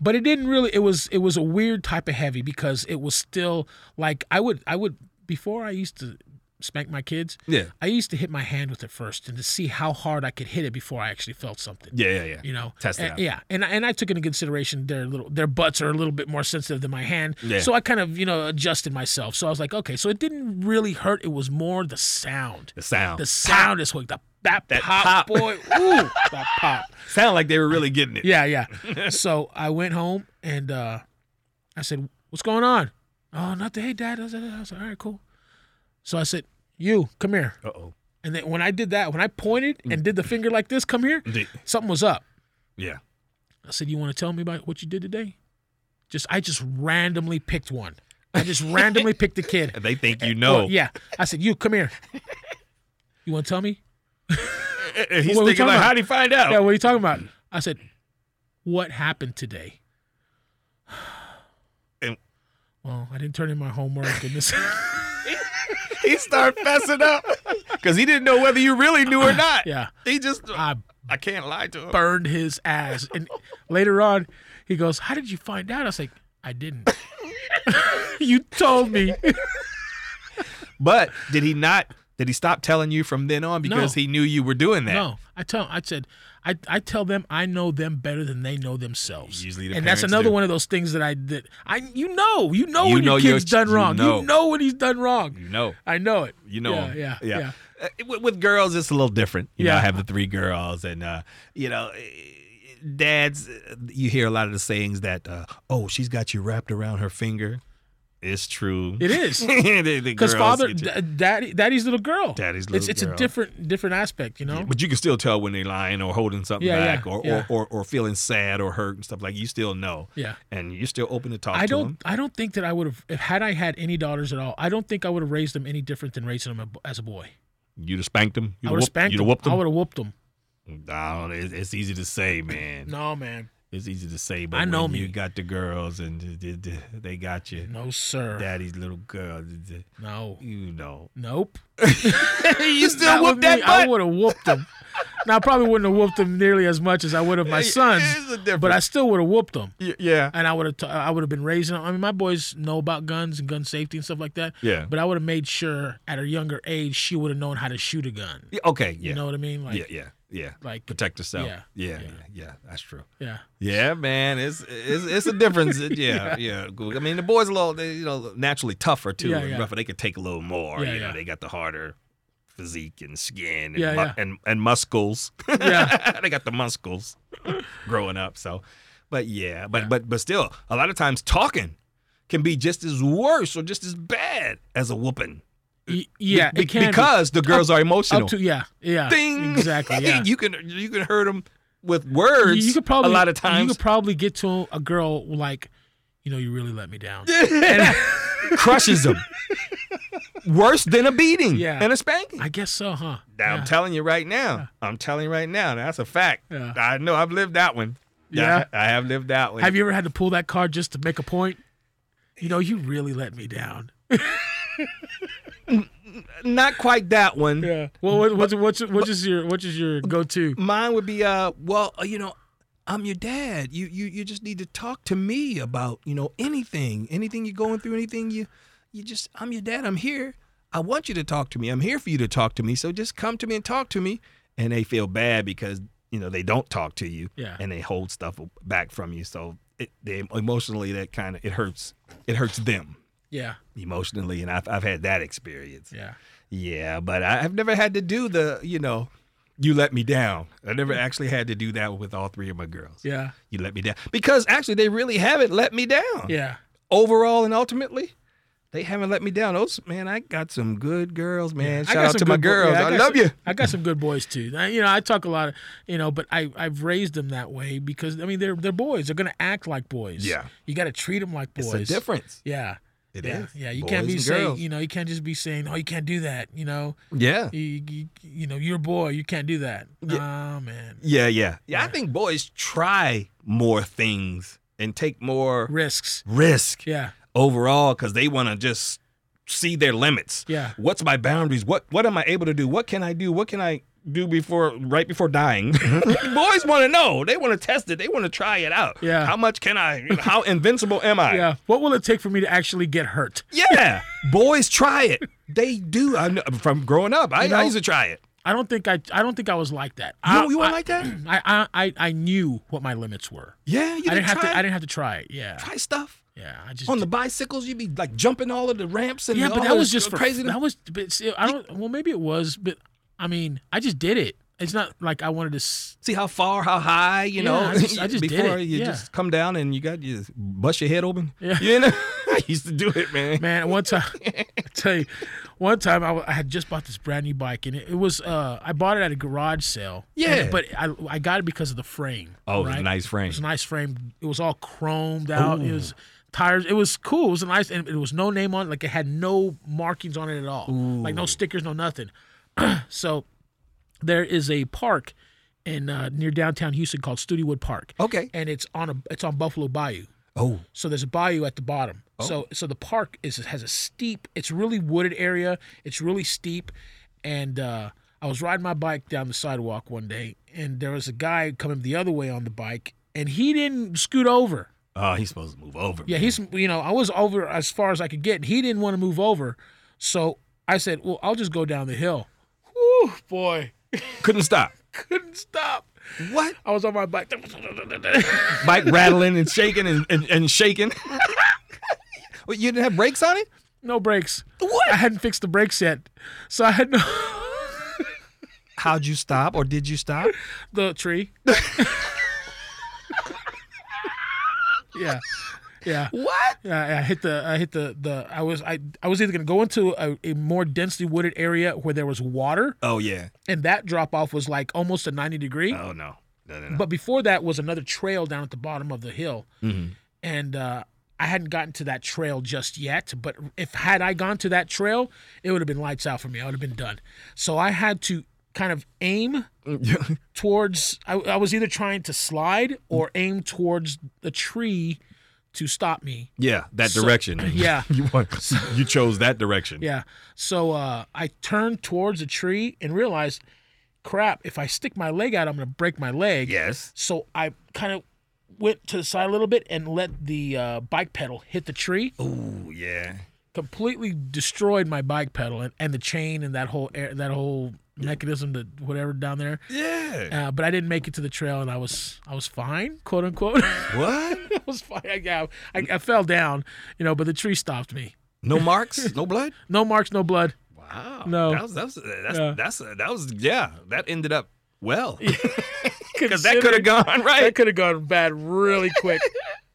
Speaker 2: but it didn't really. It was it was a weird type of heavy because it was still like I would I would before I used to spank my kids.
Speaker 3: Yeah.
Speaker 2: I used to hit my hand with it first and to see how hard I could hit it before I actually felt something.
Speaker 3: Yeah. Yeah. Yeah.
Speaker 2: You know,
Speaker 3: Test it
Speaker 2: And-
Speaker 3: out.
Speaker 2: yeah, and I- and I took into consideration their little their butts are a little bit more sensitive than my hand,
Speaker 3: Yeah.
Speaker 2: so I kind of you know adjusted myself. So I was like, okay, so it didn't really hurt. It was more the sound.
Speaker 3: The sound.
Speaker 2: The sound is what the that,
Speaker 3: That
Speaker 2: pop,
Speaker 3: pop.
Speaker 2: boy. Ooh, that pop.
Speaker 3: sound like they were really getting it.
Speaker 2: Yeah, yeah. so I went home and uh, I said, "What's going on?" Oh, nothing. Hey, Dad. I was, I was like, "All right, cool." So I said, "You come here."
Speaker 3: Uh oh.
Speaker 2: And then when I did that, when I pointed
Speaker 3: Mm.
Speaker 2: and did the finger like this, "Come here," something was up.
Speaker 3: Yeah.
Speaker 2: I said, "You want to tell me about what you did today?" Just I just randomly picked one. I just randomly picked a kid.
Speaker 3: They think you know.
Speaker 2: Eh, Well, yeah. I said, "You come here." You want to tell me?
Speaker 3: Eh, eh, He's
Speaker 2: What we
Speaker 3: thinking
Speaker 2: talking
Speaker 3: like,
Speaker 2: about?
Speaker 3: how'd he find out?
Speaker 2: Yeah, what are you talking about? I said, What happened today?
Speaker 3: And-
Speaker 2: well, I didn't turn in my homework and this
Speaker 3: he start fessing up because he didn't know whether you really knew or not.
Speaker 2: Yeah.
Speaker 3: He just, uh, I,
Speaker 2: I
Speaker 3: can't lie to him.
Speaker 2: burned his ass. And later on, he goes, How did you find out? I was like, I didn't. you told me.
Speaker 3: But did he not? Did he stop telling you from then on because
Speaker 2: No.
Speaker 3: he knew you were doing that?
Speaker 2: No, I tell I said I, I tell them I know them better than they know themselves.
Speaker 3: Usually the
Speaker 2: and that's
Speaker 3: parents
Speaker 2: another
Speaker 3: do.
Speaker 2: one of those things that I did. I you know you know
Speaker 3: You
Speaker 2: when
Speaker 3: know
Speaker 2: your
Speaker 3: your
Speaker 2: kid's
Speaker 3: ch-
Speaker 2: done
Speaker 3: you
Speaker 2: wrong.
Speaker 3: know.
Speaker 2: You know when he's done wrong.
Speaker 3: You know.
Speaker 2: I know it.
Speaker 3: You know
Speaker 2: yeah,
Speaker 3: him.
Speaker 2: yeah, yeah.
Speaker 3: Uh, with, with girls, it's a little different. You know,
Speaker 2: Yeah.
Speaker 3: I have the three girls, and uh, you know, eh, dads, eh, you hear a lot of the sayings that, uh, "Oh, she's got you wrapped around her finger." It's true.
Speaker 2: It is.
Speaker 3: Because
Speaker 2: Because father, da- daddy, daddy's little girl.
Speaker 3: Daddy's
Speaker 2: It's
Speaker 3: little
Speaker 2: it's a
Speaker 3: girl.
Speaker 2: different different aspect, you know.
Speaker 3: But you can still tell when they're lying or holding something
Speaker 2: Yeah, yeah,
Speaker 3: back or,
Speaker 2: yeah.
Speaker 3: Or, or or feeling sad or hurt and stuff like you still know.
Speaker 2: Yeah.
Speaker 3: And you're still open to talk
Speaker 2: I
Speaker 3: to
Speaker 2: don't.
Speaker 3: them.
Speaker 2: I don't think that I would have. If had I had any daughters at all, I don't think I would have raised them any different than raising them a- as a boy.
Speaker 3: You'd have spanked them. You'd
Speaker 2: I would have spanked
Speaker 3: You'd
Speaker 2: them.
Speaker 3: have whooped
Speaker 2: I
Speaker 3: them.
Speaker 2: would have whooped them.
Speaker 3: No, it's, it's easy to say, man.
Speaker 2: No, man.
Speaker 3: It's easy to say, but
Speaker 2: I know
Speaker 3: when
Speaker 2: me.
Speaker 3: you got the girls and d- d- d- they got you.
Speaker 2: No, sir.
Speaker 3: Daddy's little girl. d- d-
Speaker 2: No.
Speaker 3: You know.
Speaker 2: Nope.
Speaker 3: you
Speaker 2: Not
Speaker 3: still
Speaker 2: with
Speaker 3: whoop that
Speaker 2: me. I
Speaker 3: butt.
Speaker 2: would have whooped them. now I probably wouldn't have whooped them nearly as much as I would have my sons,
Speaker 3: It's a difference.
Speaker 2: but I still would have whooped them.
Speaker 3: Y- yeah.
Speaker 2: and I would have t- I would have been raising them. I mean, my boys know about guns and gun safety and stuff like that.
Speaker 3: Yeah.
Speaker 2: But I would have made sure at a younger age she would have known how to shoot a gun.
Speaker 3: Yeah, Okay. Yeah.
Speaker 2: You know what I mean? Like,
Speaker 3: yeah. Yeah. Yeah.
Speaker 2: like
Speaker 3: Protect yourself.
Speaker 2: Yeah,
Speaker 3: Yeah,
Speaker 2: yeah.
Speaker 3: yeah. Yeah. That's true.
Speaker 2: yeah,
Speaker 3: Yeah, man, it's it's it's a difference. It- yeah, yeah, I mean, the boys are a little, they, you know, naturally tougher too,
Speaker 2: Yeah,
Speaker 3: and
Speaker 2: yeah.
Speaker 3: rougher. They can take a little more.
Speaker 2: Yeah,
Speaker 3: you know,
Speaker 2: yeah.
Speaker 3: they got the harder physique and skin and
Speaker 2: Yeah,
Speaker 3: mu-
Speaker 2: yeah.
Speaker 3: and and muscles.
Speaker 2: Yeah.
Speaker 3: they got the muscles growing up. So, but yeah, but but but still, a lot of times talking can be just as worse or just as bad as a whooping.
Speaker 2: Y- yeah.
Speaker 3: Be-
Speaker 2: it can be.
Speaker 3: because the girls are emotional.
Speaker 2: up to yeah, yeah,
Speaker 3: Ding!
Speaker 2: exactly. Yeah.
Speaker 3: you can you can hurt them with words.
Speaker 2: you could probably
Speaker 3: a lot of times.
Speaker 2: you could probably get to a girl like, you know, you really let me down.
Speaker 3: crushes them. Worse than a beating
Speaker 2: Yeah.
Speaker 3: and a spanking.
Speaker 2: I guess so, huh?
Speaker 3: Now, I'm telling you right now. I'm telling you right now. That's a fact.
Speaker 2: Yeah.
Speaker 3: I know. I've lived that one.
Speaker 2: Yeah.
Speaker 3: I, I have lived that one.
Speaker 2: Have you ever had to pull that card just to make a point? You know, you really let me down.
Speaker 3: Not quite that one.
Speaker 2: Yeah. Well, what, what's what's what's is your what's is your go to?
Speaker 3: Mine would be, uh, well, uh, you know, I'm your dad. You, you you just need to talk to me about you know anything, anything you're going through, anything you, you just I'm your dad. I'm here. I want you to talk to me. I'm here for you to talk to me. So just come to me and talk to me. And they feel bad because you know they don't talk to you,
Speaker 2: Yeah.
Speaker 3: and they hold stuff back from you. So it, they emotionally that kind of it hurts. It hurts them
Speaker 2: Yeah.
Speaker 3: emotionally, and I've I've had that experience.
Speaker 2: Yeah.
Speaker 3: Yeah, but I- I've never had to do the, you know, you let me down. I never actually had to do that with all three of my girls.
Speaker 2: Yeah.
Speaker 3: You let me down. Because actually, they really haven't let me down.
Speaker 2: Yeah.
Speaker 3: Overall and ultimately, they haven't let me down. Those, man, I got some good girls, man.
Speaker 2: I
Speaker 3: Shout
Speaker 2: got
Speaker 3: out
Speaker 2: some
Speaker 3: to my
Speaker 2: good bo-
Speaker 3: girls.
Speaker 2: yeah,
Speaker 3: I,
Speaker 2: got
Speaker 3: love
Speaker 2: some-
Speaker 3: you.
Speaker 2: I got some good boys too. I- you know, I talk a lot, of, you know, but I I've raised them that way because I mean they're they're boys. They're gonna act like boys.
Speaker 3: Yeah.
Speaker 2: You got to treat them like boys.
Speaker 3: It's a difference.
Speaker 2: Yeah.
Speaker 3: It is.
Speaker 2: yeah. Yeah. You
Speaker 3: Boys
Speaker 2: can't be
Speaker 3: and
Speaker 2: saying
Speaker 3: girls.
Speaker 2: you know you can't just be saying oh you can't do that you know
Speaker 3: Yeah.
Speaker 2: you you, you know you're a boy you can't do that. Oh man.
Speaker 3: Yeah, yeah. Yeah,
Speaker 2: Yeah.
Speaker 3: I think boys try more things and take more
Speaker 2: Risks.
Speaker 3: risk
Speaker 2: Yeah.
Speaker 3: overall because they want to just see their limits.
Speaker 2: Yeah.
Speaker 3: what's my boundaries what what am i able to do what can i do what can i do before right before dying boys want to know they want to test it they want to try it out
Speaker 2: Mm-hmm. Yeah.
Speaker 3: how much can i how invincible am i
Speaker 2: Yeah. What will it take for me to actually get hurt?
Speaker 3: Yeah. boys try it they do i know from growing up i,
Speaker 2: You know-
Speaker 3: I used to try it
Speaker 2: I don't think I I don't think I was like that.
Speaker 3: you,
Speaker 2: I,
Speaker 3: you
Speaker 2: I,
Speaker 3: weren't like that
Speaker 2: I, I I I knew what my limits were.
Speaker 3: yeah you
Speaker 2: I didn't have
Speaker 3: try,
Speaker 2: to. I didn't have to try it. Yeah.
Speaker 3: try stuff
Speaker 2: Yeah. I just
Speaker 3: on the bicycles you'd be like jumping all of the ramps and
Speaker 2: Yeah,
Speaker 3: all
Speaker 2: but that was
Speaker 3: this
Speaker 2: just for
Speaker 3: crazy
Speaker 2: That was, but see, I don't. Well, maybe it was, but I mean, I just did it. It's not like I wanted to. s-
Speaker 3: see how far how high you
Speaker 2: Yeah,
Speaker 3: know
Speaker 2: I just- I just did
Speaker 3: before
Speaker 2: it,
Speaker 3: you
Speaker 2: yeah.
Speaker 3: just come down and you got you just bust your head open
Speaker 2: Yeah.
Speaker 3: you know i used to do it man
Speaker 2: Man, one time, I tell you, one time I, w- I had just bought this brand new bike, and it, it was uh I bought it at a garage sale.
Speaker 3: Yeah.
Speaker 2: and- but I I got it because of the frame.
Speaker 3: Oh, it was
Speaker 2: right?
Speaker 3: a nice frame.
Speaker 2: It was a nice frame. It was all chromed out. It was tires. It was cool. It was a nice, and it was no name on it. Like it had no markings on it at all. Like no stickers, no nothing. so there is a park in uh, near downtown Houston called Studewood Park.
Speaker 3: Okay.
Speaker 2: and it's on a it's on Buffalo Bayou.
Speaker 3: Oh,
Speaker 2: So there's a bayou at the bottom. So so the park is has a steep. It's really wooded area. It's really steep, and uh, I was riding my bike down the sidewalk one day, and there was a guy coming the other way on the bike, and he didn't scoot over.
Speaker 3: oh, he's supposed to move over.
Speaker 2: Yeah, he's you know I was over as far as I could get, and he didn't want to move over. So I said, well, I'll just go down the hill. Whew, boy,
Speaker 3: couldn't stop.
Speaker 2: couldn't stop.
Speaker 3: What?
Speaker 2: I was on my bike.
Speaker 3: Bike rattling and shaking and, and, and shaking. well, you didn't have brakes on it?
Speaker 2: no brakes. I
Speaker 3: What?
Speaker 2: hadn't fixed the brakes yet, so I had no.
Speaker 3: How'd you stop or did you stop?
Speaker 2: the tree. yeah, yeah,
Speaker 3: What?
Speaker 2: yeah. I hit the, I hit the, the. I was, I, I was either gonna go into a, a more densely wooded area where there was water,
Speaker 3: Oh, yeah.
Speaker 2: and that drop off was like almost a ninety degree.
Speaker 3: Oh, no. No, no, no.
Speaker 2: But before that was another trail down at the bottom of the hill, and uh, I hadn't gotten to that trail just yet. But if had I gone to that trail, it would have been lights out for me. I would have been done. So I had to kind of aim
Speaker 3: Mm-hmm.
Speaker 2: towards I, I was either trying to slide or aim towards the tree to stop me
Speaker 3: yeah, that direction.
Speaker 2: yeah.
Speaker 3: you, want, you chose that direction.
Speaker 2: yeah so uh, i turned towards the tree and realized crap if i stick my leg out i'm gonna break my leg
Speaker 3: Yes.
Speaker 2: so i kind of went to the side a little bit and let the uh, bike pedal hit the tree
Speaker 3: Oh, yeah.
Speaker 2: completely destroyed my bike pedal and, and the chain and that whole air, that whole mechanism that whatever down there
Speaker 3: Yeah.
Speaker 2: uh, but i didn't make it to the trail and i was i was fine quote unquote
Speaker 3: What?
Speaker 2: It was fine. I, yeah, I, I fell down, you know, but the tree stopped me.
Speaker 3: No marks? No blood?
Speaker 2: No marks, no blood.
Speaker 3: Wow.
Speaker 2: No.
Speaker 3: That was, that was, that's,
Speaker 2: No.
Speaker 3: that's, that was, yeah, that ended up well. Because that
Speaker 2: Considering-
Speaker 3: could have gone right.
Speaker 2: That could have gone bad really quick.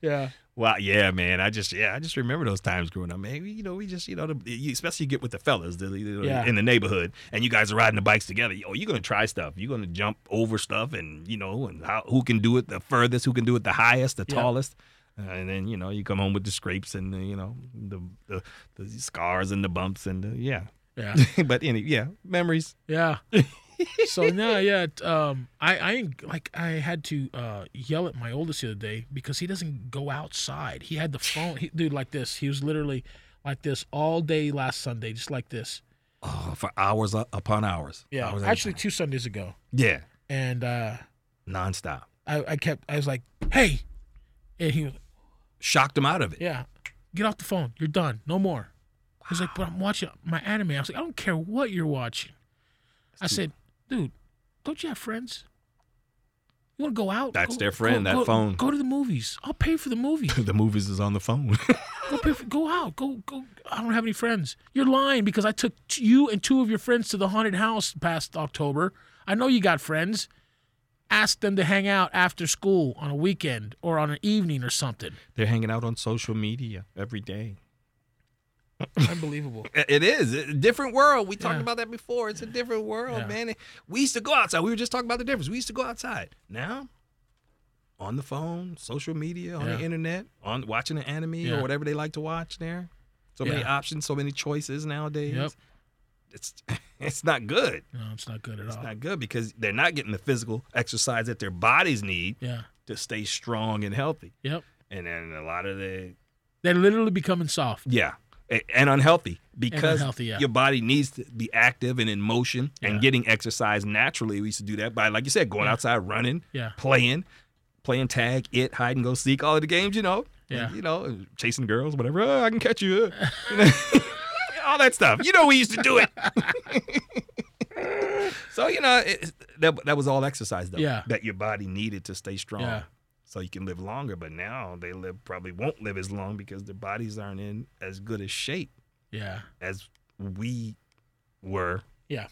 Speaker 2: yeah.
Speaker 3: Wow, yeah, man. I just, yeah, I just remember those times growing up, man. We, you know, we just, you know, the, you, especially you get with the fellas the, you know,
Speaker 2: Yeah.
Speaker 3: in the neighborhood, and you guys are riding the bikes together. Oh, you're gonna try stuff. You're gonna jump over stuff, and you know, and how, who can do it the furthest? Who can do it the highest? The
Speaker 2: Yeah.
Speaker 3: tallest? Uh, and then you know, you come home with the scrapes and the, you know, the, the the scars and the bumps and the, yeah.
Speaker 2: Yeah.
Speaker 3: but any, yeah, memories.
Speaker 2: Yeah. so now, yeah, t- um, I, I like I had to uh, yell at my oldest the other day because he doesn't go outside. He had the phone, he, dude, like this. He was literally like this all day last Sunday, just like this.
Speaker 3: Oh, for hours u- upon hours.
Speaker 2: Yeah,
Speaker 3: Hours at a
Speaker 2: actually
Speaker 3: time.
Speaker 2: two Sundays ago,
Speaker 3: Yeah,
Speaker 2: and uh,
Speaker 3: nonstop.
Speaker 2: I, I kept, I was like, hey, and he was,
Speaker 3: Shocked him out of it.
Speaker 2: yeah, get off the phone. You're done. No more. He's like, but I'm watching my anime. I was like, I don't care what you're watching. I
Speaker 3: too-
Speaker 2: said, dude, don't you have friends? You want to go out?
Speaker 3: That's
Speaker 2: Go-
Speaker 3: their friend, that phone.
Speaker 2: Go to the movies. I'll pay for the movie.
Speaker 3: the movies is on the phone.
Speaker 2: go, pay for, go out. Go, go. I don't have any friends. You're lying because I took t- you and two of your friends to the haunted house past October. I know you got friends. Ask them to hang out after school on a weekend or on an evening or something.
Speaker 3: They're hanging out on social media every day.
Speaker 2: Unbelievable.
Speaker 3: It is It's a different world. We talked
Speaker 2: Yeah.
Speaker 3: about that before. It's a different world,
Speaker 2: Yeah.
Speaker 3: man. We used to go outside. We were just talking about the difference. We used to go outside. Now, on the phone, social media, on
Speaker 2: Yeah.
Speaker 3: the internet, on watching an anime
Speaker 2: Yeah.
Speaker 3: or whatever they like to watch. There, so many
Speaker 2: Yeah.
Speaker 3: options, so many choices nowadays.
Speaker 2: Yep.
Speaker 3: It's it's not good.
Speaker 2: No, it's not good at all.
Speaker 3: It's not good because they're not getting the physical exercise that their bodies need
Speaker 2: yeah.
Speaker 3: to stay strong and healthy.
Speaker 2: Yep.
Speaker 3: And then a lot of the
Speaker 2: They're literally becoming soft.
Speaker 3: yeah. a- And unhealthy because
Speaker 2: unhealthy, yeah.
Speaker 3: your body needs to be active and in motion
Speaker 2: Yeah.
Speaker 3: and getting exercise naturally. We used to do that by, like you said, going
Speaker 2: Yeah.
Speaker 3: outside, running,
Speaker 2: Yeah.
Speaker 3: playing, playing tag, it, hide and go seek, all of the games, you know. And,
Speaker 2: Yeah.
Speaker 3: you know, chasing girls, whatever. "Oh, I can catch you. uh," you know, all that stuff. You know, we used to do it. so, you know, it, that, that was all exercise, though,
Speaker 2: Yeah.
Speaker 3: that your body needed to stay strong
Speaker 2: Yeah.
Speaker 3: so you can live longer. But now they live probably won't live as long because their bodies aren't in as good a shape
Speaker 2: Yeah.
Speaker 3: as we were.
Speaker 2: Yeah.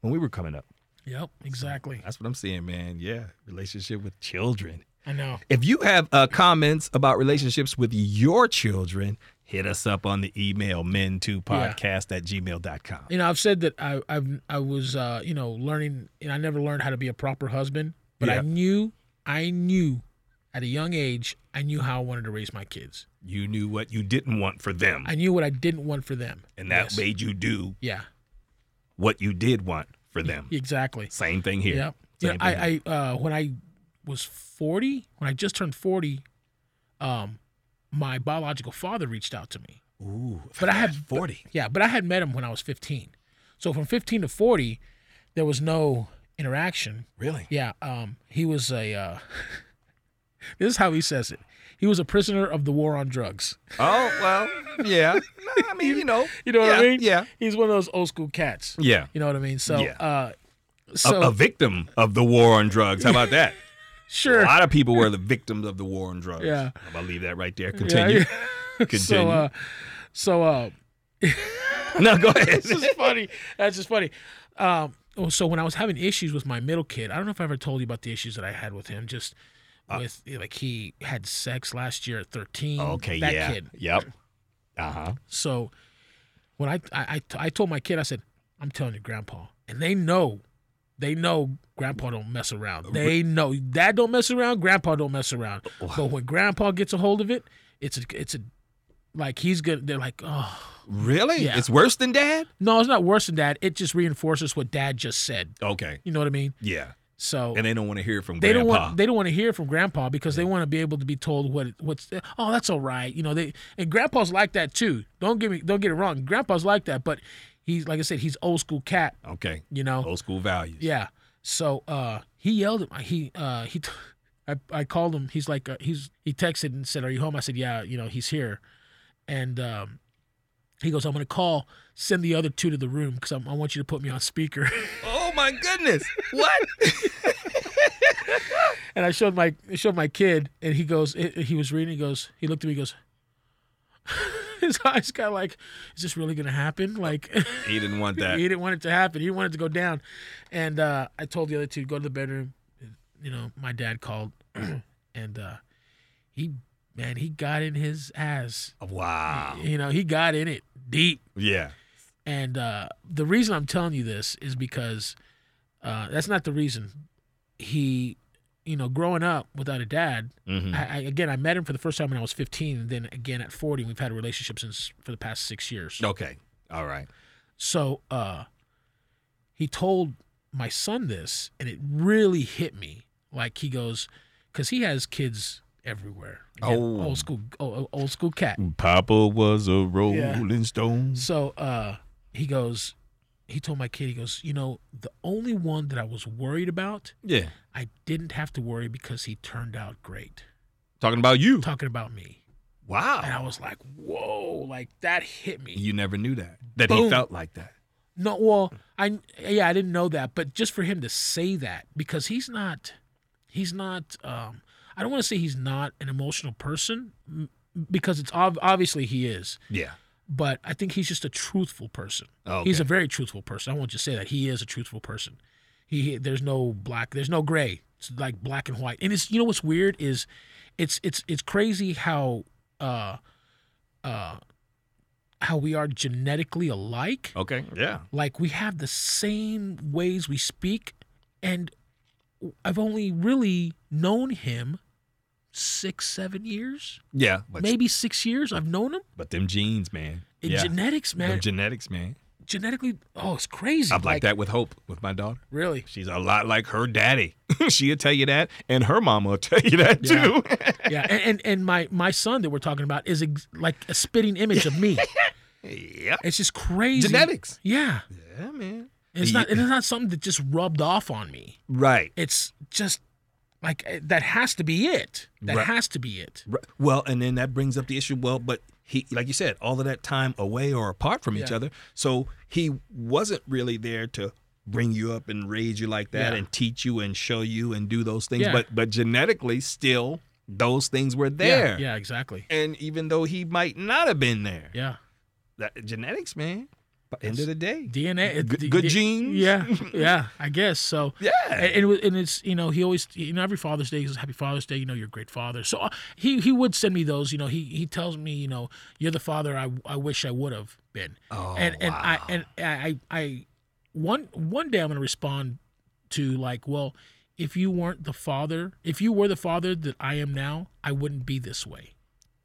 Speaker 3: When we were coming up.
Speaker 2: Yep. Exactly.
Speaker 3: That's what I'm saying, man. Yeah. Relationship with children.
Speaker 2: I know.
Speaker 3: If you have uh, comments about relationships with your children, hit us up on the email men2podcast at gmail.com.
Speaker 2: You know, I've said that I I've, I was uh, you know learning, and I never learned how to be a proper husband, but I
Speaker 3: Yeah.
Speaker 2: knew I knew at a young age I knew how I wanted to raise my kids.
Speaker 3: You knew what you didn't want for them,
Speaker 2: I knew what I didn't want for them,
Speaker 3: and that
Speaker 2: Yes.
Speaker 3: made you do
Speaker 2: yeah,
Speaker 3: what you did want for them.
Speaker 2: exactly.
Speaker 3: Same thing here.
Speaker 2: Yeah. You know,
Speaker 3: Same thing
Speaker 2: I, I uh, when I was 40, when I just turned 40, um, my biological father reached out to me.
Speaker 3: Ooh,
Speaker 2: But I had-
Speaker 3: 40.
Speaker 2: Yeah, but I had met him when I was 15. So from 15 to 40, there was no interaction.
Speaker 3: Really?
Speaker 2: Yeah, um, he was a. Uh, this is how he says it. He was a prisoner of the war on drugs.
Speaker 3: Oh well, yeah. No, I mean, you know,
Speaker 2: You know what I
Speaker 3: yeah,
Speaker 2: mean?
Speaker 3: Yeah,
Speaker 2: He's one of those old school cats.
Speaker 3: yeah.
Speaker 2: You know what I mean? So,
Speaker 3: Yeah.
Speaker 2: uh,
Speaker 3: A,
Speaker 2: so
Speaker 3: a victim of the war on drugs. How about that?
Speaker 2: sure.
Speaker 3: A lot of people were the victims of the war on drugs.
Speaker 2: Yeah.
Speaker 3: I'm gonna leave that right there.
Speaker 2: Yeah,
Speaker 3: Continue.
Speaker 2: yeah.
Speaker 3: Continue.
Speaker 2: So, uh, so uh,
Speaker 3: No, go ahead.
Speaker 2: this is funny. That's just funny. Um, oh, so when I was having issues with my middle kid, I don't know if I ever told you about the issues that I had with him. Just
Speaker 3: Uh,
Speaker 2: with like he had sex last year at thirteen.
Speaker 3: Oh, Okay.
Speaker 2: that
Speaker 3: yeah.
Speaker 2: kid.
Speaker 3: Yep. Uh huh.
Speaker 2: So when I I, I I told my kid, I said, I'm telling you, Grandpa, and they know, they know Grandpa don't mess
Speaker 3: Uh,
Speaker 2: around. They know Dad don't mess around. Grandpa don't mess around. But when Grandpa gets a hold of it, it's a it's a like he's gonna. They're like, oh
Speaker 3: Really?
Speaker 2: Yeah.
Speaker 3: It's worse than dad.
Speaker 2: no, it's not worse than Dad. It just reinforces what Dad just said.
Speaker 3: Okay.
Speaker 2: You know what I mean?
Speaker 3: Yeah.
Speaker 2: So.
Speaker 3: And they don't want to hear from
Speaker 2: they don't
Speaker 3: grandpa.
Speaker 2: want they don't want to hear from grandpa because they want to be able to be told what what's oh that's all right you know they and grandpa's like that too don't get me don't get it wrong grandpa's like that but he's like I said he's old school cat
Speaker 3: okay.
Speaker 2: you know
Speaker 3: Old school values.
Speaker 2: yeah so uh he yelled at my he uh he t- I, I called him he's like uh, he's he texted and said are you home I said yeah you know he's here and um he goes I'm gonna call send the other two to the room because I want you to put me on speaker.
Speaker 3: Oh my goodness. What?
Speaker 2: And I showed my I showed my kid, and he goes, he he was reading. He goes, he looked at me, he goes, his eyes got like, is this really gonna happen? Like,
Speaker 3: he didn't want that.
Speaker 2: he didn't want it to happen. He wanted to go down. And uh, I told the other two go to the bedroom. You know, my dad called, and uh, he man, he got in his ass.
Speaker 3: Wow.
Speaker 2: You know, he got in it deep.
Speaker 3: Yeah.
Speaker 2: And uh, the reason I'm telling you this is because uh, that's not the reason. He, you know, growing up without a dad,
Speaker 3: hmm
Speaker 2: I, I, again, I met him for the first time when I was 15, and then again at 40. We've had a relationship since for the past six years.
Speaker 3: Okay. All right.
Speaker 2: So uh, he told my son this, and it really hit me. Like he goes, because he has kids everywhere. Again,
Speaker 3: Oh.
Speaker 2: old school, old, old school cat.
Speaker 3: Papa was a Rolling
Speaker 2: Yeah.
Speaker 3: Stone.
Speaker 2: So uh, he goes, he told my kid, he goes, you know, the only one that I was worried about,
Speaker 3: Yeah,
Speaker 2: I didn't have to worry because he turned out great.
Speaker 3: talking about you.
Speaker 2: Talking about me, and
Speaker 3: Wow,
Speaker 2: I was like, whoa, like that hit me.
Speaker 3: you never knew that that he
Speaker 2: Boom.
Speaker 3: felt like that.
Speaker 2: No, well, I yeah, I didn't know that, but just for him to say that because he's not, he's not. Um, I don't want to say he's not an emotional person m- because it's ob- obviously he is,
Speaker 3: Yeah.
Speaker 2: but I think he's just a truthful person.
Speaker 3: Oh,
Speaker 2: He's a very truthful person. I won't just say that he is a truthful person. He, he- there's no black, there's no gray. It's like black and white. And it's you know what's weird is, it's it's it's crazy how uh, uh, how we are genetically alike
Speaker 3: okay. Yeah.
Speaker 2: like we have the same ways we speak and i've only really known him six seven years
Speaker 3: Yeah. But,
Speaker 2: maybe six years i've known him
Speaker 3: but them genes, man.
Speaker 2: in
Speaker 3: yeah.
Speaker 2: genetics man
Speaker 3: Them genetics, man.
Speaker 2: genetically oh it's crazy
Speaker 3: I'm like, that with Hope, with my daughter.
Speaker 2: really
Speaker 3: She's a lot like her daddy. She'll tell you that, and her mama will tell you that
Speaker 2: Yeah.
Speaker 3: too.
Speaker 2: yeah and, and and my my son that we're talking about is ex- like a spitting image of me
Speaker 3: yep.
Speaker 2: it's just crazy
Speaker 3: Genetics.
Speaker 2: yeah
Speaker 3: Yeah, man.
Speaker 2: it's
Speaker 3: You-
Speaker 2: not it's not something that just rubbed off on me
Speaker 3: Right.
Speaker 2: it's just like eh, that has to be it that
Speaker 3: Right.
Speaker 2: has to be it
Speaker 3: Right. Well, and then that brings up the issue. Well, but he, like you said, all of that time away or apart from each
Speaker 2: Yeah.
Speaker 3: other, so he wasn't really there to bring you up and raise you like that
Speaker 2: Yeah.
Speaker 3: and teach you and show you and do those things.
Speaker 2: Yeah.
Speaker 3: But but genetically, still those things were there.
Speaker 2: yeah, yeah exactly
Speaker 3: And even though he might not have been there,
Speaker 2: yeah
Speaker 3: that, genetics, man. But end of the day,
Speaker 2: DNA. it-
Speaker 3: Good-
Speaker 2: the-
Speaker 3: good
Speaker 2: the-
Speaker 3: genes.
Speaker 2: Yeah, yeah, I guess so.
Speaker 3: yeah,
Speaker 2: And, and, it was- and it's you know he always you know every Father's Day he says Happy Father's Day you know you're a great father so uh, he he would send me those you know he he tells me you know you're the father I, I wish I would have been
Speaker 3: oh,
Speaker 2: and and I
Speaker 3: wow.
Speaker 2: and I I I- one one day I'm gonna respond to like well if you weren't the father if you were the father that I am now I wouldn't be this way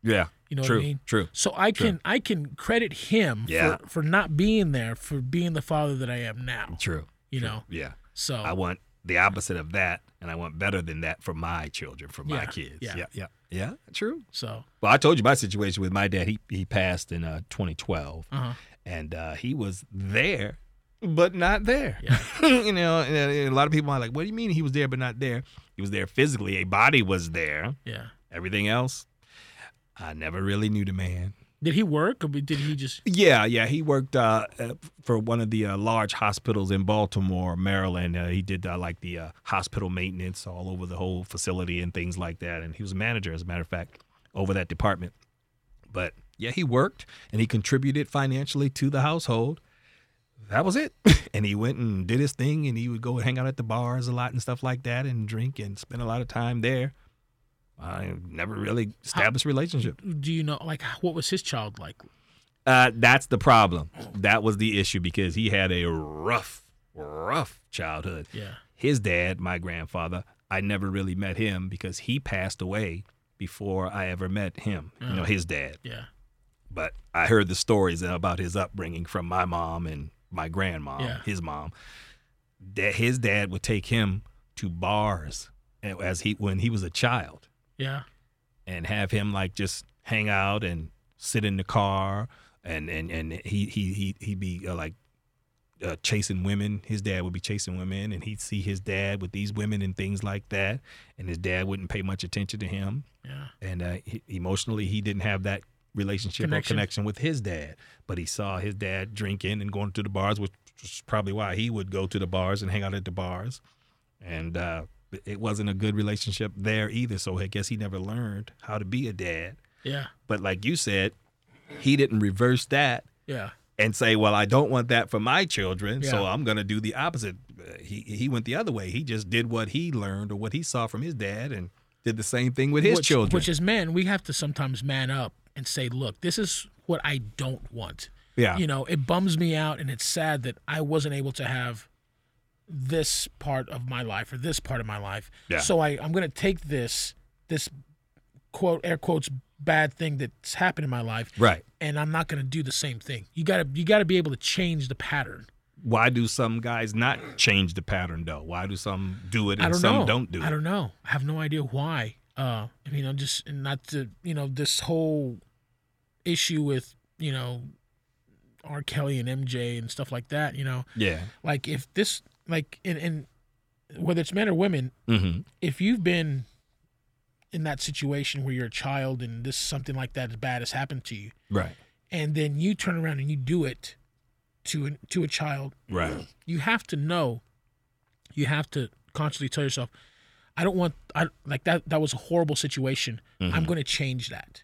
Speaker 3: yeah,
Speaker 2: you know
Speaker 3: true,
Speaker 2: what I mean
Speaker 3: true.
Speaker 2: so I can I can credit him
Speaker 3: Yeah.
Speaker 2: for, for not being there for being the father that I am now.
Speaker 3: True.
Speaker 2: You know.
Speaker 3: Yeah.
Speaker 2: So
Speaker 3: I want the opposite of that, and I want better than that for my children, for my
Speaker 2: Yeah,
Speaker 3: kids.
Speaker 2: yeah.
Speaker 3: yeah, yeah, yeah. True.
Speaker 2: so
Speaker 3: Well, I told you my situation with my dad. He he passed in uh, 2012,
Speaker 2: uh-huh.
Speaker 3: and uh, he was there, but not there.
Speaker 2: Yeah.
Speaker 3: you know, and, and a lot of people are like, "What do you mean he was there but not there?" He was there physically. A body was there.
Speaker 2: Yeah.
Speaker 3: Everything else, I never really knew the man.
Speaker 2: Did he work or did he just
Speaker 3: Yeah, yeah. He worked uh, uh, for one of the uh, large hospitals in Baltimore, Maryland. Uh, he did uh, like the uh, hospital maintenance all over the whole facility and things like that. And he was a manager, as a matter of fact, over that department. But yeah, he worked and he contributed financially to the household. That was it. and he went and did his thing and he would go hang out at the bars a lot and stuff like that and drink and spend a lot of time there. I never really established a relationship.
Speaker 2: do you know like what was his child like?
Speaker 3: Uh, that's the problem. That was the issue because he had a rough, rough childhood.
Speaker 2: Yeah.
Speaker 3: His dad, my grandfather, I never really met him because he passed away before I ever met him. You know,
Speaker 2: Oh.
Speaker 3: his dad.
Speaker 2: Yeah.
Speaker 3: But I heard the stories about his upbringing from my mom and my grandmom,
Speaker 2: Yeah.
Speaker 3: his mom. That his dad would take him to bars as he when he was a child
Speaker 2: Yeah.
Speaker 3: and have him like just hang out and sit in the car and and and he he he he'd be uh, like uh, chasing women his dad would be chasing women and he'd see his dad with these women and things like that and his dad wouldn't pay much attention to him
Speaker 2: Yeah.
Speaker 3: and uh, he, emotionally he didn't have that relationship or
Speaker 2: Connection.
Speaker 3: connection with his dad but he saw his dad drinking and going to the bars which is probably why he would go to the bars and hang out at the bars and uh, it wasn't a good relationship there either so i guess he never learned how to be a dad
Speaker 2: Yeah.
Speaker 3: but like you said he didn't reverse that
Speaker 2: Yeah.
Speaker 3: and say, "Well, I don't want that for my children, so
Speaker 2: Yeah.
Speaker 3: I'm going to do the opposite." Uh, He he went the other way. He just did what he learned or what he saw from his dad, and did the same thing with his
Speaker 2: which,
Speaker 3: children.
Speaker 2: Which is men, we have to sometimes man up and say, look, this is what I don't want.
Speaker 3: yeah,
Speaker 2: You know, it bums me out and it's sad that I wasn't able to have this part of my life or this part of my life.
Speaker 3: Yeah.
Speaker 2: So I, I'm gonna take this this quote air quotes bad thing that's happened in my life
Speaker 3: right,
Speaker 2: and I'm not gonna do the same thing. You gotta you gotta be able to change the pattern.
Speaker 3: Why do some guys not change the pattern though? Why do some do it and
Speaker 2: I don't
Speaker 3: some
Speaker 2: know.
Speaker 3: don't do
Speaker 2: I
Speaker 3: it?
Speaker 2: don't know. I have no idea why. Uh, I mean, I'm just and not to you know this whole issue with you know R. Kelly and MJ and stuff like that. You know,
Speaker 3: Yeah.
Speaker 2: like if this like and and whether it's men or women,
Speaker 3: Mm-hmm.
Speaker 2: if you've been in that situation where you're a child and this something like that as bad has happened to you,
Speaker 3: Right.
Speaker 2: and then you turn around and you do it to an, to a child
Speaker 3: Right.
Speaker 2: you have to know you have to constantly tell yourself i don't want i like that that was a horrible situation i'm going to change that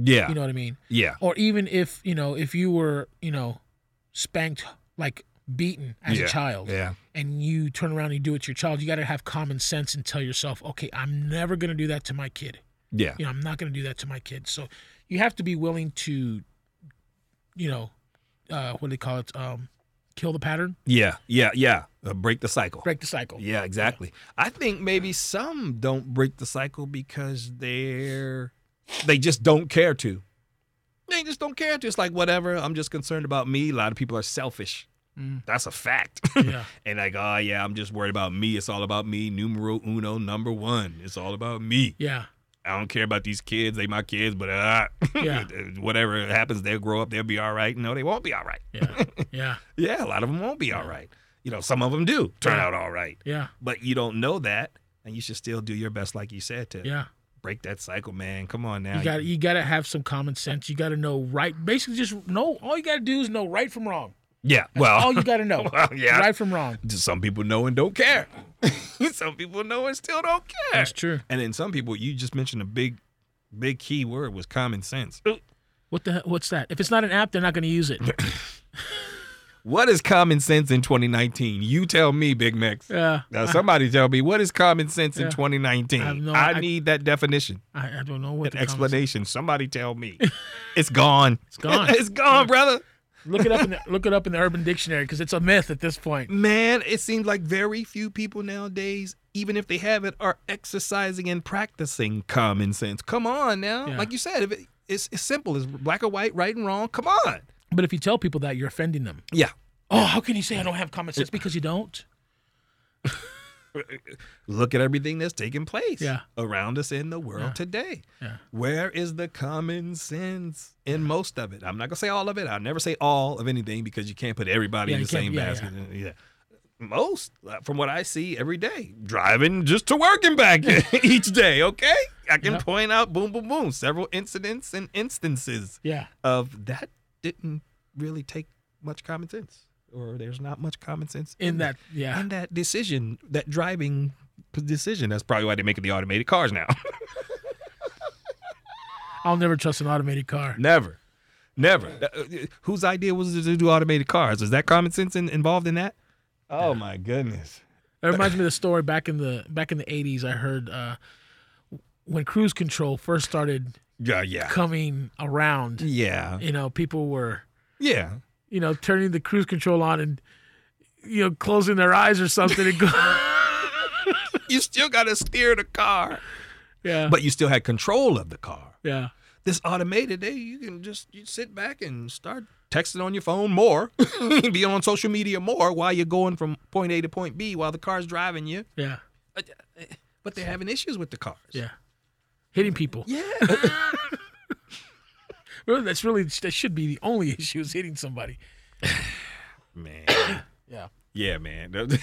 Speaker 3: Mm-hmm. Yeah.
Speaker 2: you know what i mean
Speaker 3: yeah.
Speaker 2: or even if you know if you were you know spanked like beaten as
Speaker 3: Yeah.
Speaker 2: a child
Speaker 3: Yeah.
Speaker 2: and you turn around and you do it to your child you got to have common sense and tell yourself okay i'm never going to do that to my kid
Speaker 3: Yeah.
Speaker 2: you know i'm not going to do that to my kid so you have to be willing to you know uh what do they call it um kill the pattern
Speaker 3: Yeah. Yeah. Yeah. Uh, break the cycle.
Speaker 2: break the cycle
Speaker 3: Yeah, exactly. I think maybe some don't break the cycle because they're they just don't care to. They just don't care to. It's like whatever. I'm just concerned about me. A lot of people are selfish.
Speaker 2: Mm.
Speaker 3: That's a fact.
Speaker 2: yeah
Speaker 3: and like, oh yeah, I'm just worried about me. It's all about me. Numero uno, number one. It's all about me.
Speaker 2: Yeah,
Speaker 3: I don't care about these kids. They my kids, but uh,
Speaker 2: Yeah.
Speaker 3: whatever happens, they'll grow up. They'll be all right. No, they won't be all right.
Speaker 2: yeah, yeah,
Speaker 3: Yeah, a lot of them won't be all right. You know, some of them do turn
Speaker 2: Yeah.
Speaker 3: out all right
Speaker 2: yeah,
Speaker 3: but you don't know that and you should still do your best like you said to
Speaker 2: yeah.
Speaker 3: break that cycle man come on now
Speaker 2: You got to you got to have some common sense. You got to know right. Basically, just know. All you got to do is know right from wrong.
Speaker 3: yeah well
Speaker 2: All you got to know,
Speaker 3: Oh. well, yeah
Speaker 2: right from wrong.
Speaker 3: some people know and don't care some people know and still don't care
Speaker 2: That's true.
Speaker 3: and then some people you just mentioned a big big key word was common sense
Speaker 2: What the he- what's that? If it's not an app, they're not going to use it.
Speaker 3: what is common sense in 2019 you tell me big max
Speaker 2: Yeah,
Speaker 3: now somebody tell me what is common sense
Speaker 2: Yeah.
Speaker 3: in
Speaker 2: I have
Speaker 3: 2019
Speaker 2: no-
Speaker 3: I,
Speaker 2: I-
Speaker 3: need that definition
Speaker 2: I, I don't know what
Speaker 3: an
Speaker 2: the common-
Speaker 3: explanation somebody tell me it's gone it's
Speaker 2: gone.
Speaker 3: it's gone brother
Speaker 2: Look it up in the, look it up in the Urban Dictionary because it's a myth at this point.
Speaker 3: Man, it seems like very few people nowadays, even if they have it, are exercising and practicing common sense. Come on now.
Speaker 2: Yeah.
Speaker 3: Like you said, if it, it's, it's simple. It's black or white, right and wrong. Come on.
Speaker 2: But if you tell people that, you're offending them.
Speaker 3: Yeah.
Speaker 2: Oh, how can you say I don't have common sense? Because you don't.
Speaker 3: Look at everything that's taking place
Speaker 2: Yeah.
Speaker 3: around us in the world
Speaker 2: Yeah.
Speaker 3: today.
Speaker 2: Yeah.
Speaker 3: Where is the common sense in most of it? I'm not going to say all of it. I'll never say all of anything because you can't put everybody
Speaker 2: Yeah,
Speaker 3: in
Speaker 2: you
Speaker 3: the same
Speaker 2: can't- yeah,
Speaker 3: basket. Yeah. Most, uh, from what I see every day, driving just to work and back each day, okay? I can
Speaker 2: Yep.
Speaker 3: point out, boom, boom, boom, several incidents and instances
Speaker 2: Yeah,
Speaker 3: of that didn't really take much common sense, or there's not much common sense
Speaker 2: in
Speaker 3: there
Speaker 2: that. Yeah,
Speaker 3: and that decision, that driving p- decision, that's probably why they're making the automated cars now.
Speaker 2: I'll never trust an automated car.
Speaker 3: Never. Never. Uh, uh, Whose idea was it to do automated cars? Is that common sense in, involved in that? Oh my goodness.
Speaker 2: That reminds me of the story back in the back in the eighties. I heard uh, when cruise control first started
Speaker 3: Yeah, yeah.
Speaker 2: coming around,
Speaker 3: Yeah.
Speaker 2: you know, people were
Speaker 3: Yeah.
Speaker 2: you know turning the cruise control on and you know closing their eyes or something and go,
Speaker 3: You still got to steer the car,
Speaker 2: yeah,
Speaker 3: but you still had control of the car.
Speaker 2: yeah,
Speaker 3: This automated, day, you can just you sit back and start texting on your phone more, be on social media more while you're going from point A to point B while the car's driving you.
Speaker 2: yeah,
Speaker 3: But- But they're having issues with the cars. Uh,
Speaker 2: yeah, hitting people.
Speaker 3: Yeah.
Speaker 2: Really, that's really that should be the only issue is hitting somebody.
Speaker 3: man.
Speaker 2: Yeah.
Speaker 3: Yeah, man.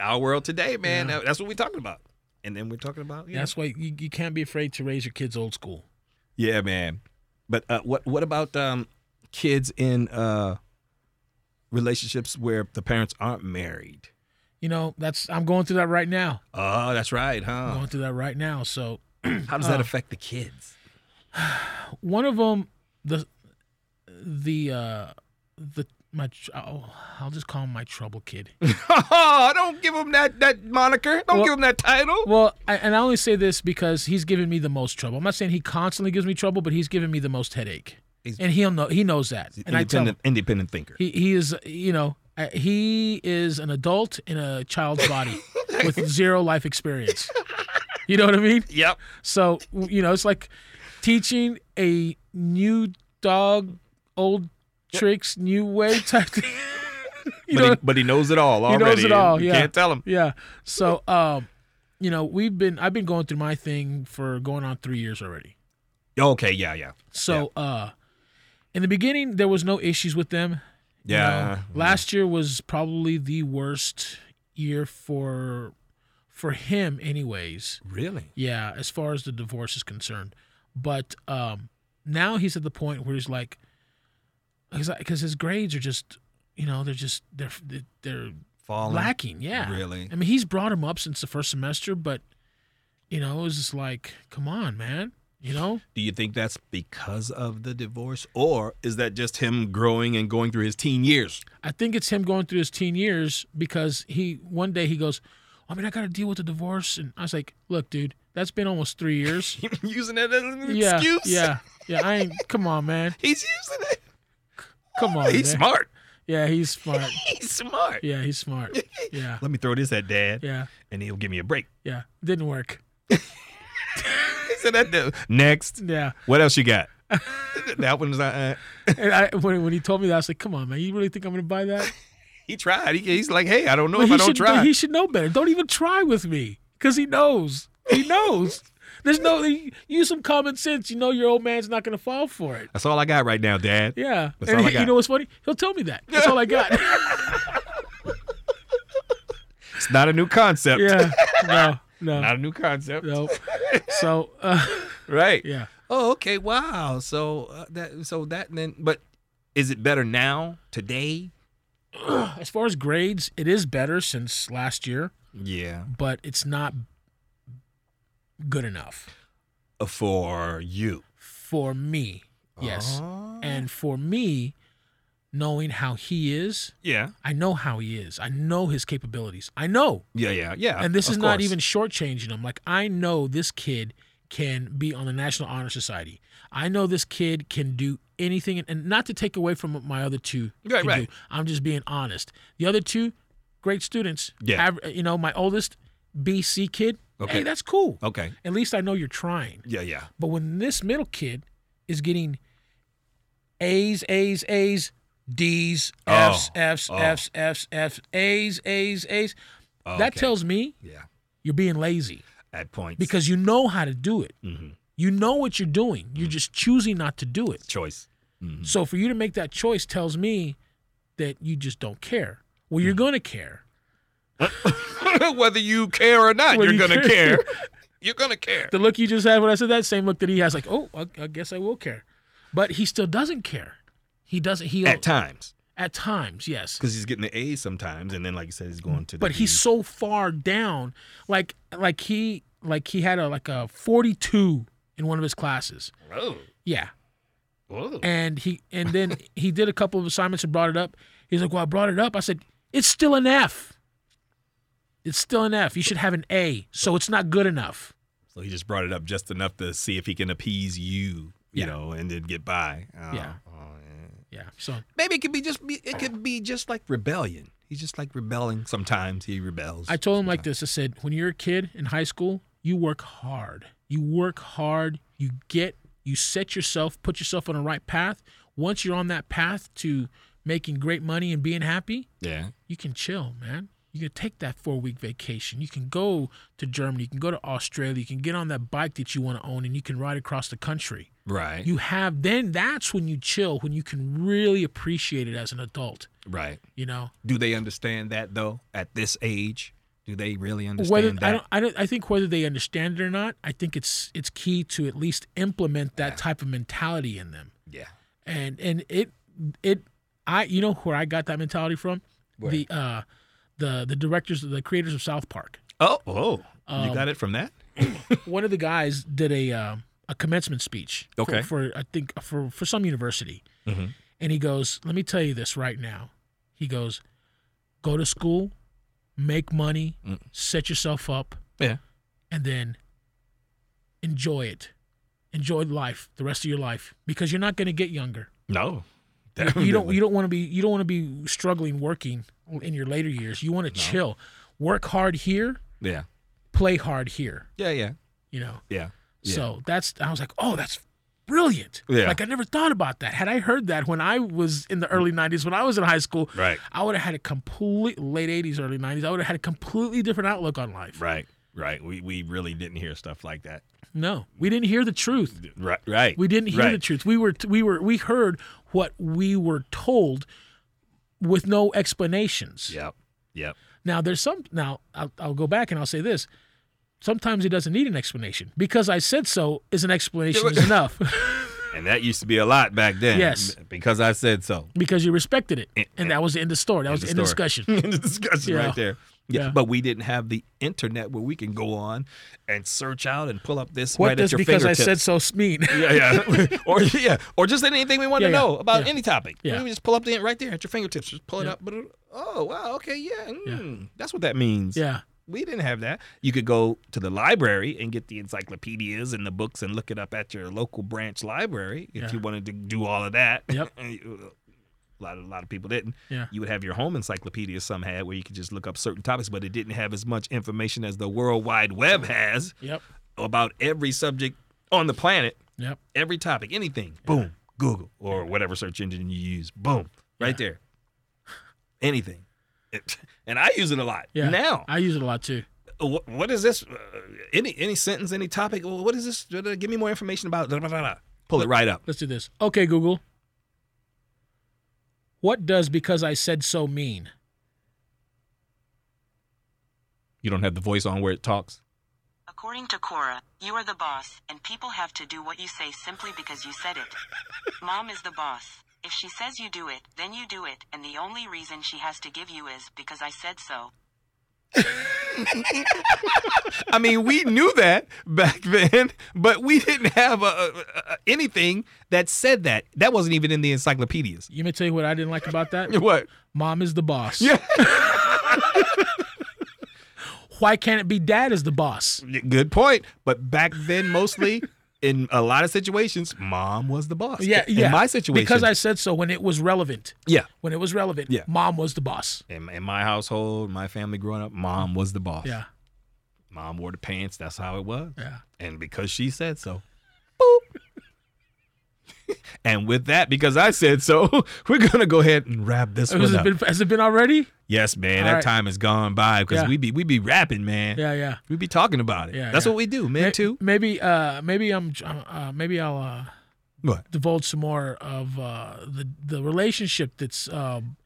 Speaker 3: Our world today, man. That's what we're talking about. And then we're talking about you know-
Speaker 2: That's why you, you can't be afraid to raise your kids old school.
Speaker 3: Yeah, man. But uh, what what about um, kids in uh, relationships where the parents aren't married?
Speaker 2: You know, that's I'm going through that right now.
Speaker 3: Oh, that's right,
Speaker 2: I'm
Speaker 3: huh?
Speaker 2: going through that right now. So
Speaker 3: How does that affect the kids?
Speaker 2: one of them the the uh the my tr- oh, I'll just call him my trouble kid.
Speaker 3: oh, don't give them that that moniker. Don't
Speaker 2: Well-
Speaker 3: give them that title.
Speaker 2: well, I, and I only say this because he's given me the most trouble. I'm not saying he constantly gives me trouble, but he's given me the most headache,
Speaker 3: He's-
Speaker 2: and he'll know he knows that. And I tell him
Speaker 3: independent, independent thinker.
Speaker 2: he he is you know uh, he is an adult in a child's body with zero life experience. You know what I mean?
Speaker 3: Yep.
Speaker 2: So you know, it's like teaching a new dog old tricks, new way type thing. You you
Speaker 3: but,
Speaker 2: know,
Speaker 3: he, but he knows it all
Speaker 2: knows
Speaker 3: already.
Speaker 2: it
Speaker 3: and
Speaker 2: all,
Speaker 3: You
Speaker 2: yeah.
Speaker 3: can't tell him.
Speaker 2: yeah. So, um, you know, we've been I've been going through my thing for going on three years already.
Speaker 3: Okay, yeah, yeah,
Speaker 2: So, uh, in the beginning, there was no issues with them. you know.
Speaker 3: yeah.
Speaker 2: last year was probably the worst year for for him, anyways.
Speaker 3: really?
Speaker 2: Yeah, as far as the divorce is concerned. But um, now he's at the point where he's like, because his grades are just, you know, they're just they're they're
Speaker 3: Falling.
Speaker 2: lacking. Yeah,
Speaker 3: Really?
Speaker 2: I mean, he's brought him up since the first semester, but you know, it was just like, come on, man. You know,
Speaker 3: Do you think that's because of the divorce, or is that just him growing and going through his teen years?
Speaker 2: I think it's him going through his teen years because he one day he goes, I mean, I got to deal with the divorce, and I was like, look, dude, that's been almost three years.
Speaker 3: using it as an
Speaker 2: yeah,
Speaker 3: excuse.
Speaker 2: yeah, yeah. I ain't. Come on, man.
Speaker 3: He's using it.
Speaker 2: Come on.
Speaker 3: He's
Speaker 2: man.
Speaker 3: smart.
Speaker 2: Yeah, he's smart.
Speaker 3: He's smart.
Speaker 2: Oh, Yeah, he's smart. Yeah,
Speaker 3: Let me throw this at dad,
Speaker 2: yeah,
Speaker 3: and he'll give me a break.
Speaker 2: yeah. Didn't work.
Speaker 3: He said that. dude. Next,
Speaker 2: Yeah.
Speaker 3: what else you got? that one's not. Uh,
Speaker 2: And I, when, when he told me that, I was like, come on, man. You really think I'm going to buy that?
Speaker 3: he tried. He, he's like, hey, I don't know
Speaker 2: But
Speaker 3: if
Speaker 2: he
Speaker 3: I don't
Speaker 2: should,
Speaker 3: try.
Speaker 2: He should know better. Don't even try with me because he knows. He knows. There's no, you- use some common sense. You know your old man's not going to fall for it.
Speaker 3: That's all I got right now, Dad.
Speaker 2: Yeah.
Speaker 3: That's
Speaker 2: and
Speaker 3: all I
Speaker 2: you
Speaker 3: got.
Speaker 2: know what's funny? He'll tell me that. That's all I got.
Speaker 3: It's not a new concept.
Speaker 2: yeah. No, no,
Speaker 3: Not a new concept.
Speaker 2: no. So, uh,
Speaker 3: Right.
Speaker 2: yeah.
Speaker 3: Oh, okay. Wow. So uh, that. So that. Then, but is it better now? Today?
Speaker 2: As far as grades, it is better since last year,
Speaker 3: Yeah.
Speaker 2: but it's not good enough
Speaker 3: Uh, For you.
Speaker 2: for me. Yes.
Speaker 3: Oh.
Speaker 2: And for me, knowing how he is,
Speaker 3: yeah.
Speaker 2: I know how he is. I know his capabilities. I know.
Speaker 3: Yeah. Yeah. Yeah.
Speaker 2: And this
Speaker 3: Uh, of
Speaker 2: is not
Speaker 3: course.
Speaker 2: even shortchanging him. Like, I know this kid can be on the National Honor Society. I know this kid can do anything. And- And not to take away from what my other two.
Speaker 3: Right,
Speaker 2: can
Speaker 3: right.
Speaker 2: do. I'm just being honest. The other two, great students.
Speaker 3: Yeah.
Speaker 2: Aver- you know, my oldest BC kid.
Speaker 3: Okay.
Speaker 2: Hey, that's cool.
Speaker 3: Okay.
Speaker 2: At least I know you're trying.
Speaker 3: Yeah. Yeah.
Speaker 2: But when this middle kid is getting A's, A's, A's, D's,
Speaker 3: Oh,
Speaker 2: F's, F's,
Speaker 3: oh.
Speaker 2: F's, F's, F's, A's, A's, A's, that
Speaker 3: Okay.
Speaker 2: tells me
Speaker 3: Yeah.
Speaker 2: you're being lazy
Speaker 3: At points.
Speaker 2: because you know how to do it.
Speaker 3: Mhm.
Speaker 2: You know what you're doing. You're just choosing not to do it.
Speaker 3: choice.
Speaker 2: So for you to make that choice tells me that you just don't care. Well, you're going to care.
Speaker 3: Whether you care or not,
Speaker 2: Whether
Speaker 3: you're
Speaker 2: you
Speaker 3: gonna
Speaker 2: care.
Speaker 3: care. You're gonna care.
Speaker 2: The look you just had when I said that, same look that he has, like, oh, I, I guess I will care. But he still doesn't care. He doesn't. He
Speaker 3: At times,
Speaker 2: at times, yes.
Speaker 3: because he's getting the A's sometimes, and then like you said, he's going to. The
Speaker 2: but he's
Speaker 3: B's.
Speaker 2: so far down like like he like he had a like a 42 in one of his classes
Speaker 3: Oh.
Speaker 2: yeah
Speaker 3: Oh.
Speaker 2: and he and then he did a couple of assignments and brought it up he's like well i brought it up i said it's still an f it's still an f you should have an a so it's not good enough
Speaker 3: So he just brought it up just enough to see if he can appease you, you
Speaker 2: Yeah.
Speaker 3: know, and then get by. Oh,
Speaker 2: Yeah.
Speaker 3: oh, yeah.
Speaker 2: yeah so
Speaker 3: Maybe it could be just be- it could be just like rebellion. He's just like rebelling. Sometimes he rebels.
Speaker 2: i told him like this i said when you're a kid in high school you work hard you work hard you get you set yourself put yourself on the right path once you're on that path to making great money and being happy
Speaker 3: yeah.
Speaker 2: you can chill, man. You can take that four week vacation. You can go to Germany. You can go to Australia. You can get on that bike that you want to own and you can ride across the country.
Speaker 3: Right.
Speaker 2: You have, then that's when you chill, when you can really appreciate it as an adult,
Speaker 3: right.
Speaker 2: you know?
Speaker 3: Do they understand that though? At this age, do they really understand
Speaker 2: Whether
Speaker 3: that?
Speaker 2: I don't, I don't, I think whether they understand it or not, I think it's it's key to at least implement that type of mentality in them.
Speaker 3: yeah.
Speaker 2: and and it it I you know where I got that mentality from the uh the the directors the creators of South Park
Speaker 3: Oh, oh.
Speaker 2: Um,
Speaker 3: you got it from that?
Speaker 2: one of the guys did a um a commencement speech for-
Speaker 3: Okay.
Speaker 2: for, I think for for some university
Speaker 3: Mhm.
Speaker 2: and he goes let me tell you this right now he goes go to school make money
Speaker 3: Mm.
Speaker 2: set yourself up
Speaker 3: Yeah.
Speaker 2: and then enjoy it enjoy life the rest of your life because you're not going to get younger
Speaker 3: No.
Speaker 2: you, you don't you don't want to be you don't want to be struggling working in your later years. You want to chill, work hard here,
Speaker 3: Yeah.
Speaker 2: play hard here.
Speaker 3: Yeah, yeah.
Speaker 2: You know.
Speaker 3: Yeah.
Speaker 2: So that's I was like, oh, that's brilliant.
Speaker 3: Yeah.
Speaker 2: Like I never thought about that. Had I heard that when I was in the early '90s, when I was in high school,
Speaker 3: Right.
Speaker 2: I would have had a complete late '80s, early '90s. I would have had a completely different outlook on life.
Speaker 3: Right. Right. We we really didn't hear stuff like that.
Speaker 2: No, we didn't hear the truth.
Speaker 3: Right. Right.
Speaker 2: We didn't hear
Speaker 3: Right.
Speaker 2: the truth. We were we were we heard what we were told with no explanations.
Speaker 3: Yep. Yep.
Speaker 2: Now there's some. Now I'll, I'll go back and I'll say this. Sometimes it doesn't need an explanation because I said so. Is an explanation is enough
Speaker 3: And that used to be a lot back then.
Speaker 2: Yes.
Speaker 3: b- Because I said so.
Speaker 2: because you respected it,
Speaker 3: Eh,
Speaker 2: and that was the end of story. That was the end of
Speaker 3: story. Hmm.
Speaker 2: discussion.
Speaker 3: In the discussion
Speaker 2: Yeah.
Speaker 3: right there. Yeah.
Speaker 2: Yeah.
Speaker 3: But we didn't have the internet where we can go on and search out and pull up this
Speaker 2: What
Speaker 3: right at
Speaker 2: does
Speaker 3: your
Speaker 2: because
Speaker 3: fingertips.
Speaker 2: I said so mean?
Speaker 3: yeah, yeah, or yeah, or just anything we want
Speaker 2: Yeah,
Speaker 3: to
Speaker 2: yeah,
Speaker 3: know about
Speaker 2: yeah.
Speaker 3: any topic.
Speaker 2: Yeah.
Speaker 3: We just pull up the right there at your fingertips. Just pull it
Speaker 2: Yeah.
Speaker 3: up. But oh wow, okay, yeah, mm, that's what that means.
Speaker 2: yeah,
Speaker 3: We didn't have that. You could go to the library and get the encyclopedias and the books and look it up at your local branch library if
Speaker 2: Yeah.
Speaker 3: you wanted to do all of that.
Speaker 2: Yep.
Speaker 3: a lot of a lot of people didn't.
Speaker 2: Yeah.
Speaker 3: You would have your home encyclopedia some had where you could just look up certain topics, but it didn't have as much information as the World Wide Web has
Speaker 2: yep,
Speaker 3: about every subject on the planet
Speaker 2: yep.
Speaker 3: every topic, anything, boom, Google or whatever search engine you use, boom, right there. Anything. It- and I use it a lot.
Speaker 2: Yeah.
Speaker 3: Now,
Speaker 2: I use it a lot too.
Speaker 3: wh- what is this? Uh, any any sentence, any topic? wh- What is this? Da- da- Give me more information about. Da, da, da, da. Pull it right up.
Speaker 2: Let's do this. Okay, Google. What does because I said so mean?
Speaker 3: You don't have the voice on where it talks.
Speaker 4: According to Cora, you are the boss, and people have to do what you say simply because you said it. Mom is the boss. If she says you do it, then you do it, and the only reason she has to give you is because I said so.
Speaker 3: I mean, we knew that back then, but we didn't have a, a, a- anything that said that. That wasn't even in the encyclopedias.
Speaker 2: You may tell you what I didn't like about that.
Speaker 3: What?
Speaker 2: Mom is the boss.
Speaker 3: Yeah.
Speaker 2: Why can't it be dad is the boss?
Speaker 3: Good point. But back then, mostly in a lot of situations, mom was the boss.
Speaker 2: Yeah,
Speaker 3: In
Speaker 2: yeah.
Speaker 3: my situation,
Speaker 2: Because I said so when it was relevant.
Speaker 3: yeah.
Speaker 2: When it was relevant,
Speaker 3: Yeah.
Speaker 2: mom was the boss.
Speaker 3: In, in my household, my family growing up, mom was the boss.
Speaker 2: Yeah.
Speaker 3: Mom wore the pants. That's how it was.
Speaker 2: Yeah.
Speaker 3: And because she said so. Boop. and with that, because I said so, we're gonna go ahead and wrap this
Speaker 2: Has
Speaker 3: one
Speaker 2: it
Speaker 3: up.
Speaker 2: been, has it been already?
Speaker 3: yes, man.
Speaker 2: All
Speaker 3: that
Speaker 2: right.
Speaker 3: time has gone by because
Speaker 2: Yeah.
Speaker 3: we be we be rapping, man.
Speaker 2: Yeah, yeah.
Speaker 3: We be talking about it.
Speaker 2: Yeah,
Speaker 3: That's
Speaker 2: yeah.
Speaker 3: what we do, man. Too.
Speaker 2: Maybe uh maybe I'm uh, maybe I'll uh
Speaker 3: What?
Speaker 2: divulge some more of uh the the relationship that's um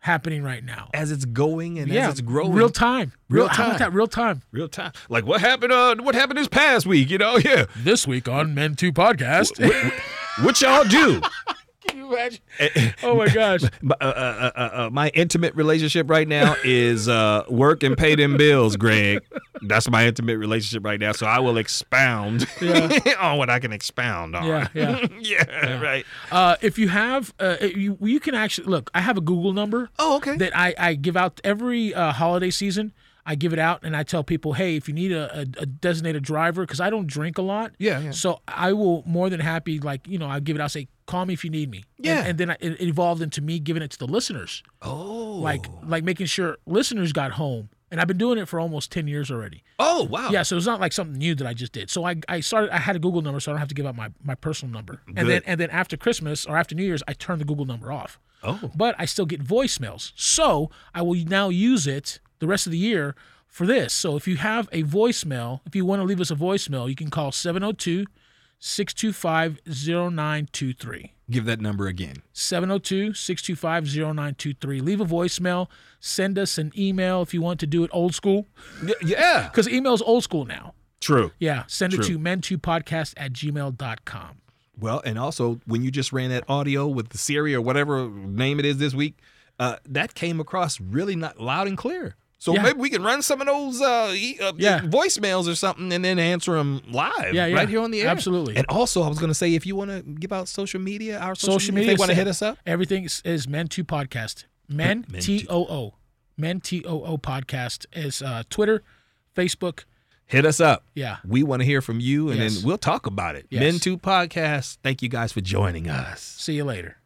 Speaker 2: happening right now.
Speaker 3: As it's going and
Speaker 2: yeah.
Speaker 3: as it's growing.
Speaker 2: Real time.
Speaker 3: Real
Speaker 2: How about
Speaker 3: time.
Speaker 2: that real time?
Speaker 3: real time. Like what happened? Uh, what happened this past week? You know, yeah.
Speaker 2: This week on Men 2 podcast.
Speaker 3: What y'all do?
Speaker 2: Can you imagine? Oh my gosh.
Speaker 3: my, uh, uh, uh, uh, my intimate relationship right now is uh, work and pay them bills, Greg. That's my intimate relationship right now. So I will expound
Speaker 2: Yeah.
Speaker 3: on what I can expound on.
Speaker 2: Yeah, yeah.
Speaker 3: Yeah, right.
Speaker 2: Uh, if you have, uh, you, you can actually look. I have a Google number
Speaker 3: Oh, okay.
Speaker 2: that I, I give out every uh, holiday season. I give it out and I tell people, hey, if you need a, a, a designated driver, because I don't drink a lot.
Speaker 3: Yeah, yeah.
Speaker 2: So I will more than happy, like, you know, I'll give it out, say, call me if you need me. And-
Speaker 3: Yeah.
Speaker 2: And, then I, it it evolved into me giving it to the listeners,
Speaker 3: oh,
Speaker 2: like, like making sure listeners got home. And I've been doing it for almost 10 years already.
Speaker 3: oh, wow.
Speaker 2: Yeah, so it's not like something new that I just did. So I, I started I had a Google number so I don't have to give out my, my personal number.
Speaker 3: Good.
Speaker 2: And then and then after Christmas or after New Year's I turned the Google number off.
Speaker 3: Oh,
Speaker 2: But I still get voicemails. So I will now use it the rest of the year for this. So if you have a voicemail, if you want to leave us a voicemail, you can call 702 625 0923.
Speaker 3: give that number again.
Speaker 2: 702 625 0923. Leave a voicemail. Send us an email if you want to do it old school.
Speaker 3: Y- yeah.
Speaker 2: Because email's old school now.
Speaker 3: True.
Speaker 2: Yeah, send
Speaker 3: True.
Speaker 2: it to men2podcast at gmail.com.
Speaker 3: Well, and also when you just ran that audio with the Siri or whatever name it is this week, uh, that came across really not loud and clear. So
Speaker 2: Yeah.
Speaker 3: maybe we can run some of those uh, e- uh,
Speaker 2: Yeah.
Speaker 3: voicemails or something and then answer them live
Speaker 2: Yeah, yeah.
Speaker 3: right here on the air.
Speaker 2: Absolutely.
Speaker 3: And also, I was going to say if you want to give out social media, our social,
Speaker 2: Social
Speaker 3: media,
Speaker 2: media.
Speaker 3: if they want to
Speaker 2: sa-
Speaker 3: hit us up.
Speaker 2: Everything is, is men2podcast. Men,
Speaker 3: Men
Speaker 2: T O O. Men T O O podcast is uh, Twitter, Facebook.
Speaker 3: Hit us up.
Speaker 2: Yeah.
Speaker 3: We want to hear from you and
Speaker 2: Yes.
Speaker 3: then we'll talk about it.
Speaker 2: Yes.
Speaker 3: Men 2 Podcast, thank you guys for joining us.
Speaker 2: See you later.